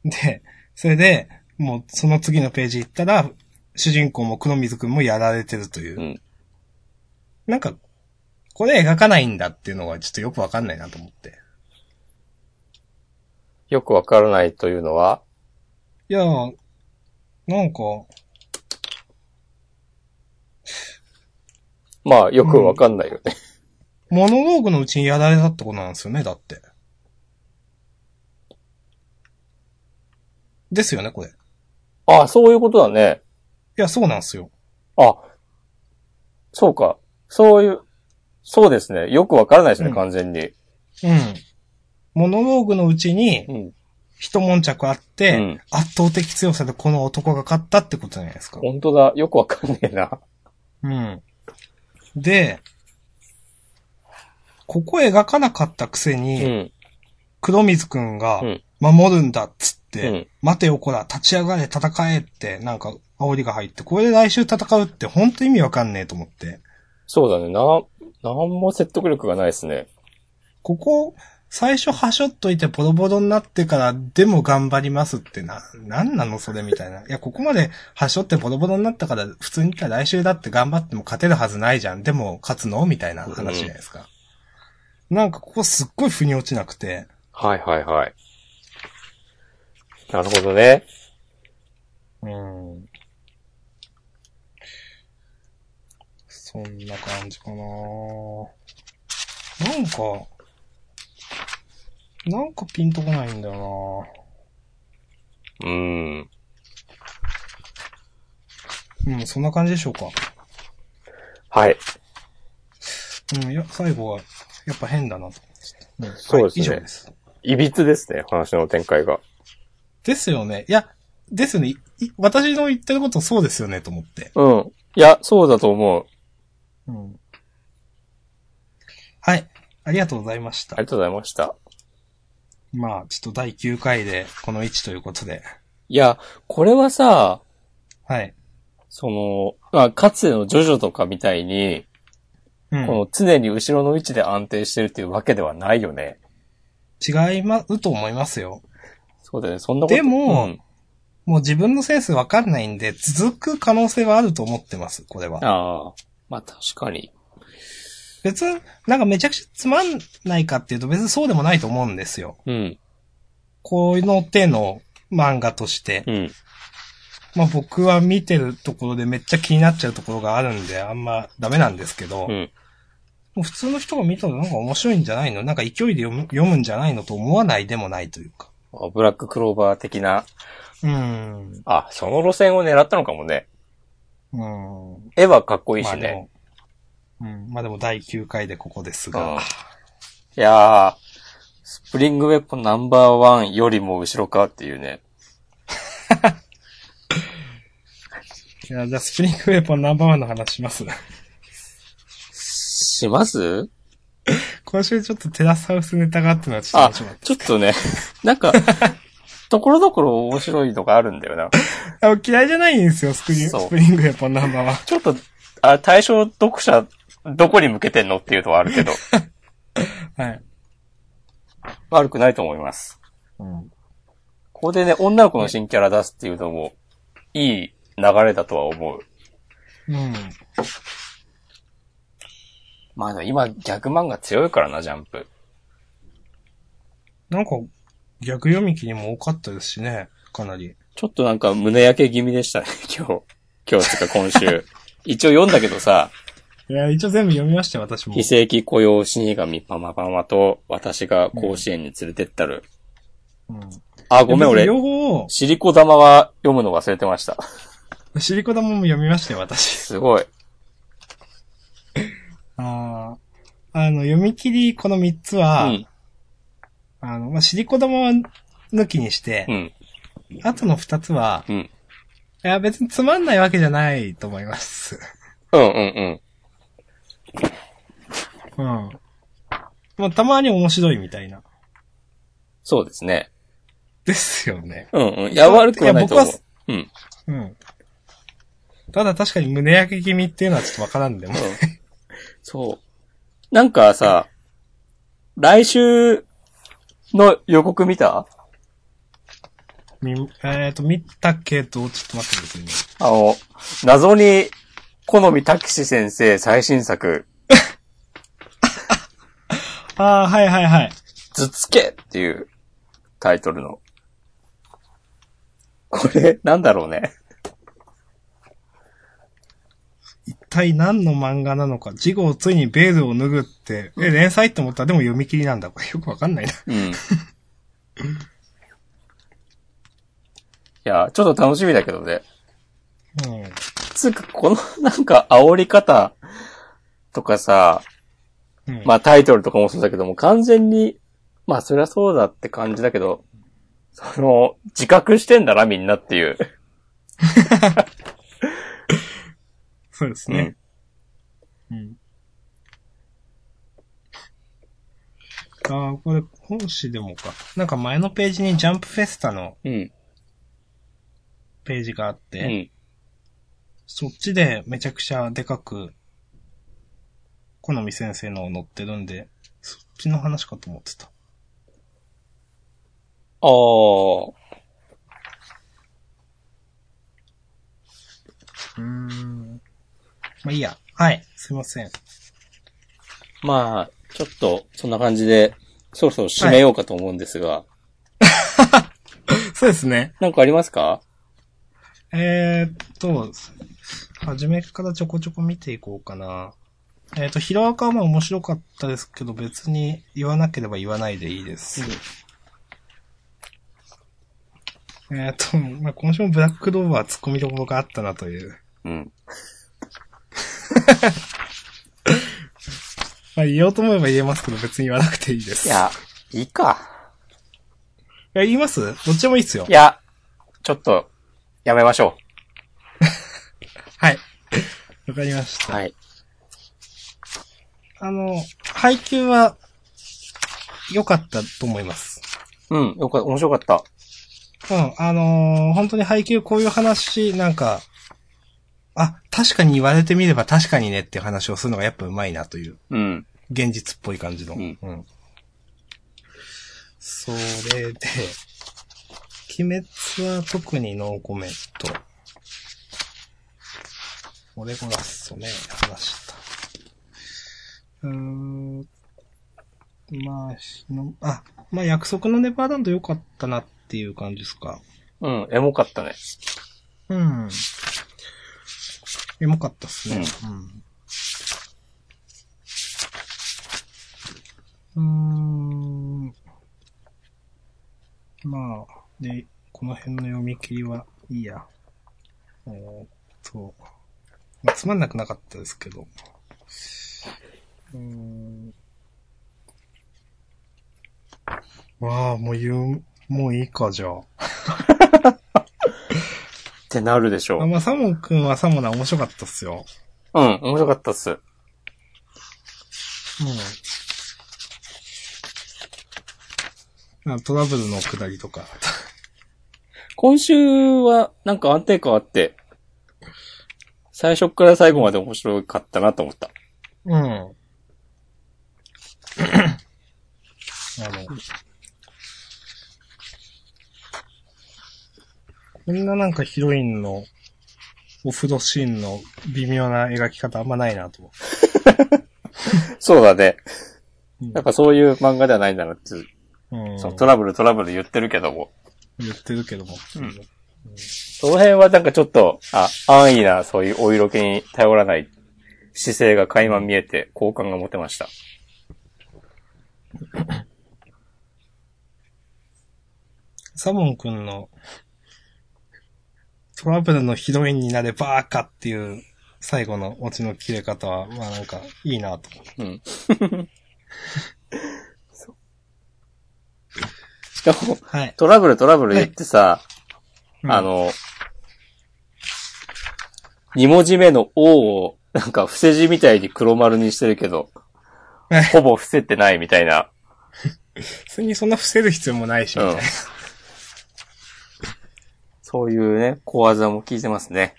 Speaker 1: で、それで、もうその次のページ行ったら、主人公も黒水くんもやられてるという。
Speaker 2: うん
Speaker 1: なんか、これ描かないんだっていうのがちょっとよくわかんないなと思って。
Speaker 2: よくわからないというのは、
Speaker 1: いやー、なんか、
Speaker 2: まあ、よくわかんないよね。
Speaker 1: モノローグのうちにやられたってことなんですよね、だって。ですよね、これ。い
Speaker 2: あ、そういうことだね。
Speaker 1: や、そうなんですよ。
Speaker 2: あ、そうか。そういう、そうですね。よくわからないですね、
Speaker 1: うん
Speaker 2: 完全に。
Speaker 1: うん。モノローグのうちに
Speaker 2: う、ん。
Speaker 1: 一悶着あって、
Speaker 2: うん
Speaker 1: 圧倒的強さでこの男が勝ったってことじゃないですか。
Speaker 2: 本当だ。よくわかんねえな。
Speaker 1: うん。で、ここ描かなかったくせ
Speaker 2: う
Speaker 1: に、
Speaker 2: ん。
Speaker 1: 黒水くんが
Speaker 2: うん、
Speaker 1: 守るんだっつって、
Speaker 2: うん
Speaker 1: 待てよこら、立ち上がれ、戦えって、なんか、煽りが入って、これで来週戦うって、ほんと意味わかんねえと思って。
Speaker 2: そうだね。な、なんも説得力がないですね。
Speaker 1: ここ、最初はしょっといてボロボロになってから、でも頑張りますってな、なんなのそれみたいな。いや、ここまではしょってボロボロになったから、普通に言ったら来週だって頑張っても勝てるはずないじゃん。でも、勝つのみたいな話じゃないですか。なんか、ここすっごい腑に落ちなくて。
Speaker 2: はいはいはい。なるほどね。
Speaker 1: うん。そんな感じかななんか、なんかピンとこないんだよ
Speaker 2: うん。
Speaker 1: なうん、そんな感じでしょうか。
Speaker 2: はい。
Speaker 1: うん、いや、最後は、やっぱ変だなと。うん、
Speaker 2: そうですね
Speaker 1: はい以上です。
Speaker 2: いびつですね、話の展開が。
Speaker 1: ですよね。いや、ですよね。いい私の言ってることそうですよね、と思って。
Speaker 2: うん。いや、そうだと思
Speaker 1: う
Speaker 2: う。
Speaker 1: ん。はい。ありがとうございました
Speaker 2: あり。がとうございました。
Speaker 1: まあ、ちょっと第9回で、この1ということで。
Speaker 2: いや、これはさ、
Speaker 1: はい。
Speaker 2: その、まあ、かつてのジョジョとかみたいに、
Speaker 1: うん。
Speaker 2: この常に後ろの位置で安定してるっていうわけではないよね。
Speaker 1: 違いま、うと思いますよ。
Speaker 2: そうだよね。そんなこと。
Speaker 1: でも
Speaker 2: うん
Speaker 1: もう自分のセンスわかんないんで、続く可能性はあると思ってます、これは。
Speaker 2: ああ。まあ確かに。
Speaker 1: 別に、なんかめちゃくちゃつまんないかっていうと別にそうでもないと思うんですよ。
Speaker 2: うん。
Speaker 1: こういうの手の漫画として
Speaker 2: う。ん。
Speaker 1: まあ僕は見てるところでめっちゃ気になっちゃうところがあるんで、あんまダメなんですけど、
Speaker 2: うん。
Speaker 1: もう普通の人が見たらなんか面白いんじゃないのなんか勢いで読む読むんじゃないのと思わないでもないというか。
Speaker 2: あブラッククローバー的な。
Speaker 1: うーん。
Speaker 2: あ、その路線を狙ったのかもね。
Speaker 1: うーん。
Speaker 2: 絵はかっこいい
Speaker 1: ま
Speaker 2: し
Speaker 1: あで
Speaker 2: ね。
Speaker 1: も、うん。まあでも第9回でここです
Speaker 2: うん
Speaker 1: が。
Speaker 2: いやー、スプリングウェポンナンバーワンよりも後ろかっていうね。
Speaker 1: いや、じゃあスプリングウェポンナンバーワンの話します。
Speaker 2: します
Speaker 1: 今週ちょっとテラスハウスネタがあってのはちょっと
Speaker 2: あ
Speaker 1: 面白かっ、
Speaker 2: ちょっとね、 なんか、ところどころ面白いのがあるんだよな。
Speaker 1: た。あ嫌いじゃないんですよ、スクリ
Speaker 2: そう
Speaker 1: スプリングウェポンナンバーワン。
Speaker 2: ちょっと、あ、対象読者、どこに向けてんのっていうのはあるけど、
Speaker 1: はい。
Speaker 2: 悪くないと思います。
Speaker 1: うん。
Speaker 2: ここでね、女の子の新キャラ出すっていうのも、いい流れだとは思う。
Speaker 1: うん。
Speaker 2: まあでも今、ギャグ漫画強いからな、ジャンプ。
Speaker 1: なんか、逆読み切りも多かったですしね、かなり。
Speaker 2: ちょっとなんか胸焼け気味でしたね、 今日。今日っていうか今 週。一応読んだけどさ、
Speaker 1: いや、一応全部読みましたよ、私も
Speaker 2: 非。正規雇用死神パマパマと、私が甲子園に連れてったる。
Speaker 1: うん。
Speaker 2: あ、ごめん
Speaker 1: で
Speaker 2: 俺、
Speaker 1: 両方、
Speaker 2: シリコ玉は読むの忘れてました。
Speaker 1: シリコダモも読みましたよ、私。
Speaker 2: すごい。
Speaker 1: ああ。あの、読み切り、この3つは、
Speaker 2: うん。
Speaker 1: あの、まあ、シリコダモは抜きにして
Speaker 2: う、ん。
Speaker 1: あとの2つは、
Speaker 2: うん。
Speaker 1: いや、別につまんないわけじゃないと思います。
Speaker 2: うんうんうん。
Speaker 1: うん。まあ、たまに面白いみたいな。
Speaker 2: そうですね。
Speaker 1: ですよね。
Speaker 2: うんうん。いや、悪くはないと思
Speaker 1: いや僕は
Speaker 2: う。うん。
Speaker 1: うん。ただ確かに胸焼け気味っていうのはちょっとわからんでも。
Speaker 2: そう。なんかさ、来週の予告見た
Speaker 1: みえっ、と、見たけど、ちょっと待ってくださ
Speaker 2: あの、謎に、好みたきし先生最新作、
Speaker 1: いね。ああ、はいはいはい。
Speaker 2: ずつけっていうタイトルの。これ、なんだろうね。
Speaker 1: 体何の漫画なのか、事後ついにベールを脱ぐって、え、連載って思ったらでも読み切りなんだ。これよくわかんないな。
Speaker 2: うん。いや、ちょっと楽しみだけどね。
Speaker 1: うん。
Speaker 2: つうか、このなんか煽り方とかさ、
Speaker 1: うん、
Speaker 2: まあタイトルとかもそうだけども、完全に、まあそりゃそうだって感じだけど、その、自覚してんだな、みんなっていう。
Speaker 1: そうですね。うん。ああ、これ、本誌でもか。なんか前のページにジャンプフェスタの
Speaker 2: うん。
Speaker 1: ページがあって、
Speaker 2: うん。
Speaker 1: そっちでめちゃくちゃでかく、好み先生の載ってるんで、そっちの話かと思ってた。
Speaker 2: ああ。
Speaker 1: うーん。まあいいや。はい。すいません。
Speaker 2: まあ、ちょっと、そんな感じで、そろそろ締めようかと思うんですが、
Speaker 1: そうですね。
Speaker 2: なんかありますか
Speaker 1: えー、っと、初めからちょこちょこ見ていこうかな。えー、っと、ヒロアカはまあ面白かったですけど、別に言わなければ言わないでいいです。えー、っと、まあ今週もブラックドーバー突っ込みどころがあったなという。
Speaker 2: うん。
Speaker 1: まあ言おうと思えば言えますけど、別に言わなくていいです。
Speaker 2: いや、いいか。
Speaker 1: いや、言いますどっちでもいいっすよ
Speaker 2: い。や、ちょっと、やめましょ
Speaker 1: はい。わかりまし
Speaker 2: う。
Speaker 1: た。
Speaker 2: はい。
Speaker 1: あの、配給は、良かったと思います。
Speaker 2: うん、よかった、面白かった。
Speaker 1: うん、あのー本当に配給こういう話、なんか、あ、確かに言われてみれば確かにねっていう話をするのがやっぱうまいなという、
Speaker 2: うん。
Speaker 1: 現実っぽい感じの。
Speaker 2: うん
Speaker 1: それで、鬼滅は特にノーコメント。オレゴラスとね、話した。うーん。まあ、しのあ、まあ約束のネバーランド良かったなっていう感じですか。
Speaker 2: うん、エモかったね。
Speaker 1: うん。エモかったっすね。うん。うーん。まあ、で、この辺の読み切りはいいや。えーっと、まあつまんなくなかったですけど。うーん。わあ、もう言う、もういいか、じゃあ。
Speaker 2: ってなるでしょ
Speaker 1: あ、
Speaker 2: う。
Speaker 1: まあ、サモン君はサモナ面白かったっすよ。
Speaker 2: うん、面白かったっす。
Speaker 1: うん。あトラブルの下りとか。
Speaker 2: 今週は、なんか安定感あって、最初から最後まで面白かったなと思った。
Speaker 1: うん。あの、こんななんかヒロインのオフロシーンの微妙な描き方あんまないなと思って
Speaker 2: そうだね。
Speaker 1: うん
Speaker 2: やっぱそういう漫画ではないんだなって、
Speaker 1: うん
Speaker 2: そのトラブルトラブル言ってるけども、
Speaker 1: 言ってるけども。
Speaker 2: うんその辺はなんかちょっと、あ、安易なそういうお色気に頼らない姿勢が垣間見えて、好感が持てました。
Speaker 1: サモン君のトラブルのヒロインになればーかっていう最後のオチの切れ方は、まあなんかいいなと。
Speaker 2: うん。しかも、
Speaker 1: はい。
Speaker 2: トラブルトラブル言ってさ、あ、の、二文字目の O を、なんか伏せ字みたいに黒丸にしてるけど
Speaker 1: え、
Speaker 2: ほぼ伏せてないみたいな。
Speaker 1: 別にそんな伏せる必要もないし、 みたいな
Speaker 2: うんそういうね、小技も効いてますね。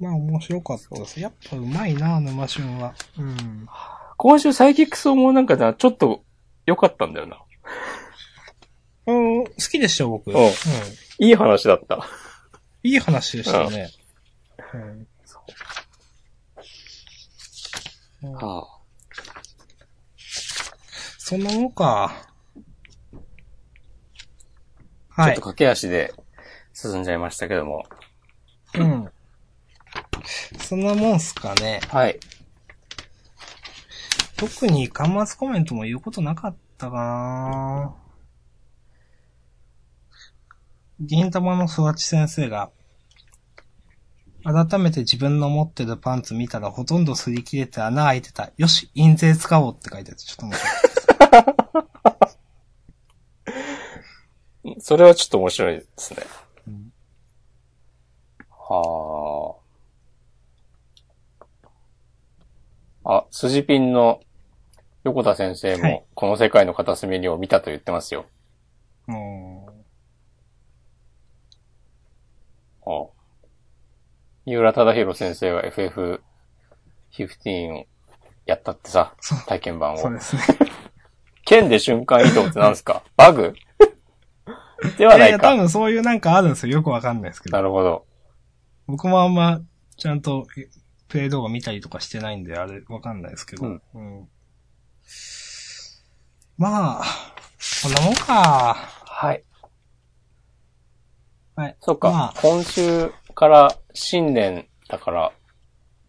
Speaker 1: まあ面白かったです。やっぱうまいな、沼旬は。うん。
Speaker 2: 今週サイキックスもなんかな、ちょっと良かったんだよな。
Speaker 1: うん、好きでしたよ、僕。
Speaker 2: う
Speaker 1: うんん。
Speaker 2: いい話だった。
Speaker 1: いい話でしたね。うん。うん
Speaker 2: は
Speaker 1: そんなもんか。
Speaker 2: あ、ちょ
Speaker 1: は
Speaker 2: っ
Speaker 1: い
Speaker 2: と。駆け足で進んじゃいましたけども。
Speaker 1: うん。そんなもんすかね。
Speaker 2: はい。
Speaker 1: 特に端末コメントも言うことなかったかな銀玉の育ち先生が、改めて自分の持ってるパンツ見たらほとんど擦り切れて穴開いてた。よし、印税使おうって書いてある。ちょっと待って。
Speaker 2: それはちょっと面白いですね。
Speaker 1: うん
Speaker 2: はあ。あ、スジピンの横田先生
Speaker 1: はい
Speaker 2: も、この世界の片隅にを見たと言ってますよ。
Speaker 1: うん
Speaker 2: はあ、三浦忠弘先生が FF15 をやったってさ
Speaker 1: そう、
Speaker 2: 体験版
Speaker 1: そう
Speaker 2: を
Speaker 1: で。すね。
Speaker 2: 剣で瞬間移動って何ですかバグではないい
Speaker 1: や、
Speaker 2: か。
Speaker 1: 多分そういうなんかあるんですよ。よくわかんないですけ
Speaker 2: な
Speaker 1: ど。
Speaker 2: るほど。
Speaker 1: 僕もあんま、ちゃんと、えプレイ動画見たりとかしてないんで、あれ、わかんないですけど。
Speaker 2: うん
Speaker 1: うんまあ、こんなもんか。
Speaker 2: はい。
Speaker 1: はい。
Speaker 2: そうか、
Speaker 1: まあ
Speaker 2: 今週から新年だから、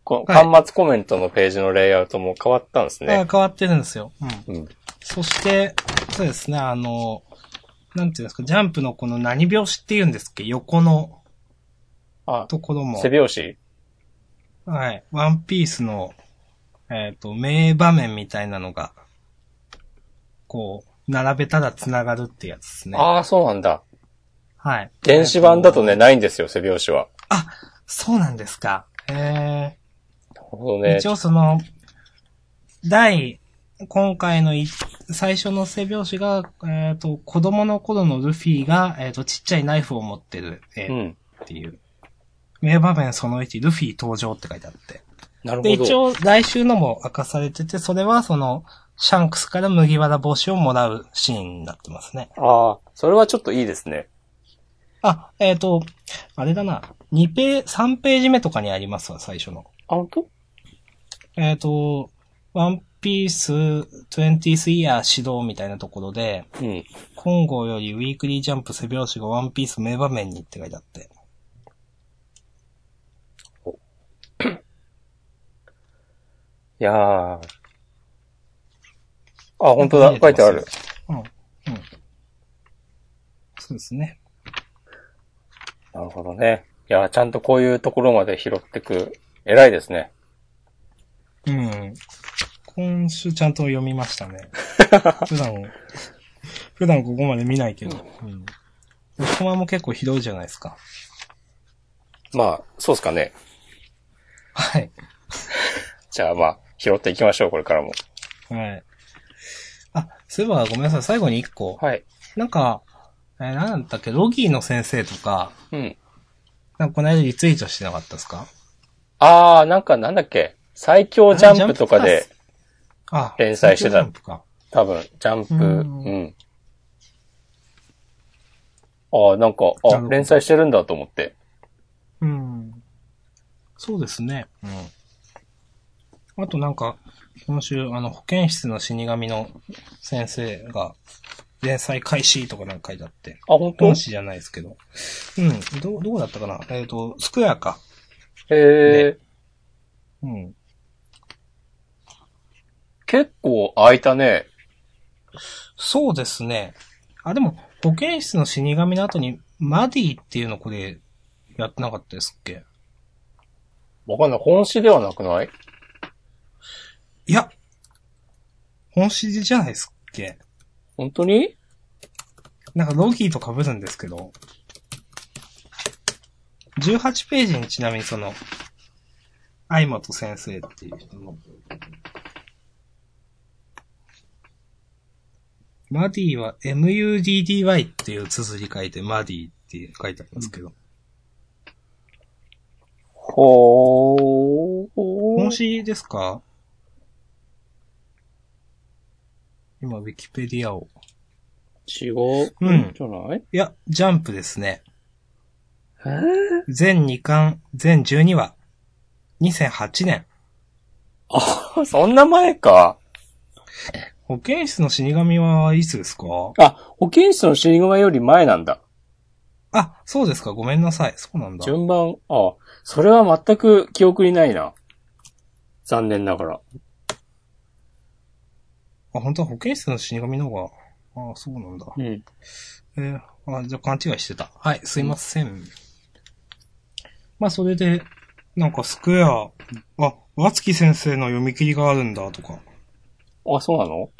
Speaker 2: こ
Speaker 1: はい
Speaker 2: 端末コメントのページのレイアウトも変わったんです
Speaker 1: だから
Speaker 2: ね。
Speaker 1: 変わってるんですよ。うん。
Speaker 2: うん。
Speaker 1: そして、そうですね、あの、なんていうんですか、ジャンプのこの何拍子って言うんですっけ横の
Speaker 2: あ、
Speaker 1: ところも
Speaker 2: 背。拍子
Speaker 1: はい。ワンピースの、えっ、と、名場面みたいなのが、こう、並べたら繋がるってやつですね。
Speaker 2: ああ、そうなんだ。
Speaker 1: はい。
Speaker 2: 電子版だとね、ないんですよ、背拍子は。
Speaker 1: あ、そうなんですか。え
Speaker 2: なるほど
Speaker 1: ー
Speaker 2: ね
Speaker 1: 一。応その、第、今回のい最初の背拍子が、えっ、と、子供の頃のルフィが、えっ、と、ちっちゃいナイフを持ってる、え
Speaker 2: う
Speaker 1: ー
Speaker 2: ん。
Speaker 1: っていう。名場面その1、ルフィ登場って書いてあって。
Speaker 2: なる
Speaker 1: で、
Speaker 2: ほど。
Speaker 1: 一応、来週のも明かされてて、それはその、シャンクスから麦わら帽子をもらうシーンになってますね。
Speaker 2: ああ、それはちょっといいですね。
Speaker 1: あ、えっ、と、あれだな、2ページ、3ページ目とかにありますわ、最初の。
Speaker 2: あ、本当
Speaker 1: えっ、と、ワンピース20th イヤー指導みたいなところで、
Speaker 2: うん。
Speaker 1: 今後よりウィークリージャンプ背拍子がワンピース名場面にって書いてあって。
Speaker 2: いやー。あ、本当だ。書いてある。。
Speaker 1: うん。うん。そうですね。
Speaker 2: なるほどね。いやー、ちゃんとこういうところまで拾ってく。偉いですね。
Speaker 1: うん。今週ちゃんと読みました ね。普段、普段ここまで見ないけど。うん。横浜も結構ひどいじゃないですか。
Speaker 2: まあ、そうっすかね。
Speaker 1: はい。
Speaker 2: じゃあまあ、拾っていきましょう、これからも。
Speaker 1: はい。あ、そういえばごめんなさい、最後に一個。
Speaker 2: はい。
Speaker 1: なんか、えーなんだっけ、ロギーの先生とか、
Speaker 2: うん。
Speaker 1: なんかこの間リツイートしてなかったですか
Speaker 2: あー、なんかなんだっけ、最強ジャンプとかで、
Speaker 1: あ、
Speaker 2: 連載してた
Speaker 1: ジャンプか。
Speaker 2: 多分、ジャンプ、
Speaker 1: う
Speaker 2: うんん。あー、なんか、
Speaker 1: なる
Speaker 2: あ
Speaker 1: ほど、
Speaker 2: 連載してるんだと思って。
Speaker 1: うん。そうですね。うん。あとなんか、今週、あの、保健室の死神の先生が、連載開始とかなんか書いてあって、
Speaker 2: あ、本当
Speaker 1: 本誌じゃないですけど。うん、どう、どうだったかなえっ、と、スクエアか。
Speaker 2: へえ、
Speaker 1: うん。
Speaker 2: 結構空いたね。
Speaker 1: そうですね。あ、でも、保健室の死神の後に、マディっていうのこれ、やってなかったですっけ
Speaker 2: わかんない。本誌ではなくない
Speaker 1: いや、本誌じゃないですっけ
Speaker 2: 本当に
Speaker 1: なんかロギーと被るんですけど、18ページにちなみにその、相本先生っていう人の、マディは MUDDY っていう綴り書いて、マディって書いてありますけど、
Speaker 2: ほー。
Speaker 1: 本誌ですか今、ウィキペディアを。
Speaker 2: 違う。
Speaker 1: うん
Speaker 2: じゃない
Speaker 1: いや、ジャンプですね。
Speaker 2: えー、
Speaker 1: 全2巻、全12話。2008年。
Speaker 2: あ、 そんな前か。
Speaker 1: 保健室の死神はいつですか
Speaker 2: あ、保健室の死神より前なんだ。
Speaker 1: あ、そうですか。ごめんなさい。そうなんだ。
Speaker 2: 順番、ああ、それは全く記憶にないな。残念ながら。
Speaker 1: あ、本当は保健室の死神の方が。あ、そうなんだ。
Speaker 2: うん。
Speaker 1: えーあ、じゃあ勘違いしてた。はい、すいません。まあ、それで、なんかスクエア、あ、和月先生の読み切りがあるんだ、とか。
Speaker 2: あ、そうなの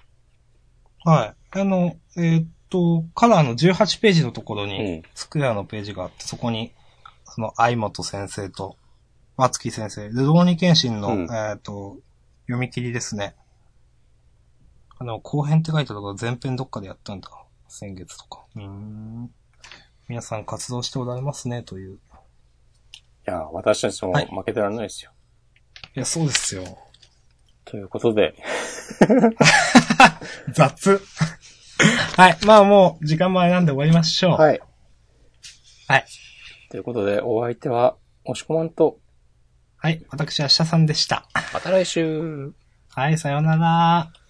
Speaker 1: はい。あの、えーっと、カラーの18ページのところ
Speaker 2: う
Speaker 1: に、
Speaker 2: ん。
Speaker 1: スクエアのページがあって、そこに、その、相本先生と、和月先生、ルドーニケンシンの、
Speaker 2: うん
Speaker 1: えーっと、読み切りですね。あの、後編って書いたところ、前編どっかでやったんだ。先月とか。うーん。皆さん活動しておられますね、という。
Speaker 2: いや、私たちも
Speaker 1: はい
Speaker 2: 負けてられないですよ。
Speaker 1: いや、そうですよ。
Speaker 2: ということで、
Speaker 1: 雑。はい。まあもう、時間もあれなんで終わりましょう。
Speaker 2: はい。
Speaker 1: はい。
Speaker 2: ということで、お相手は、押し込まんと、
Speaker 1: はい。私はシャさんでした。
Speaker 2: また来週。
Speaker 1: はい、さようなら。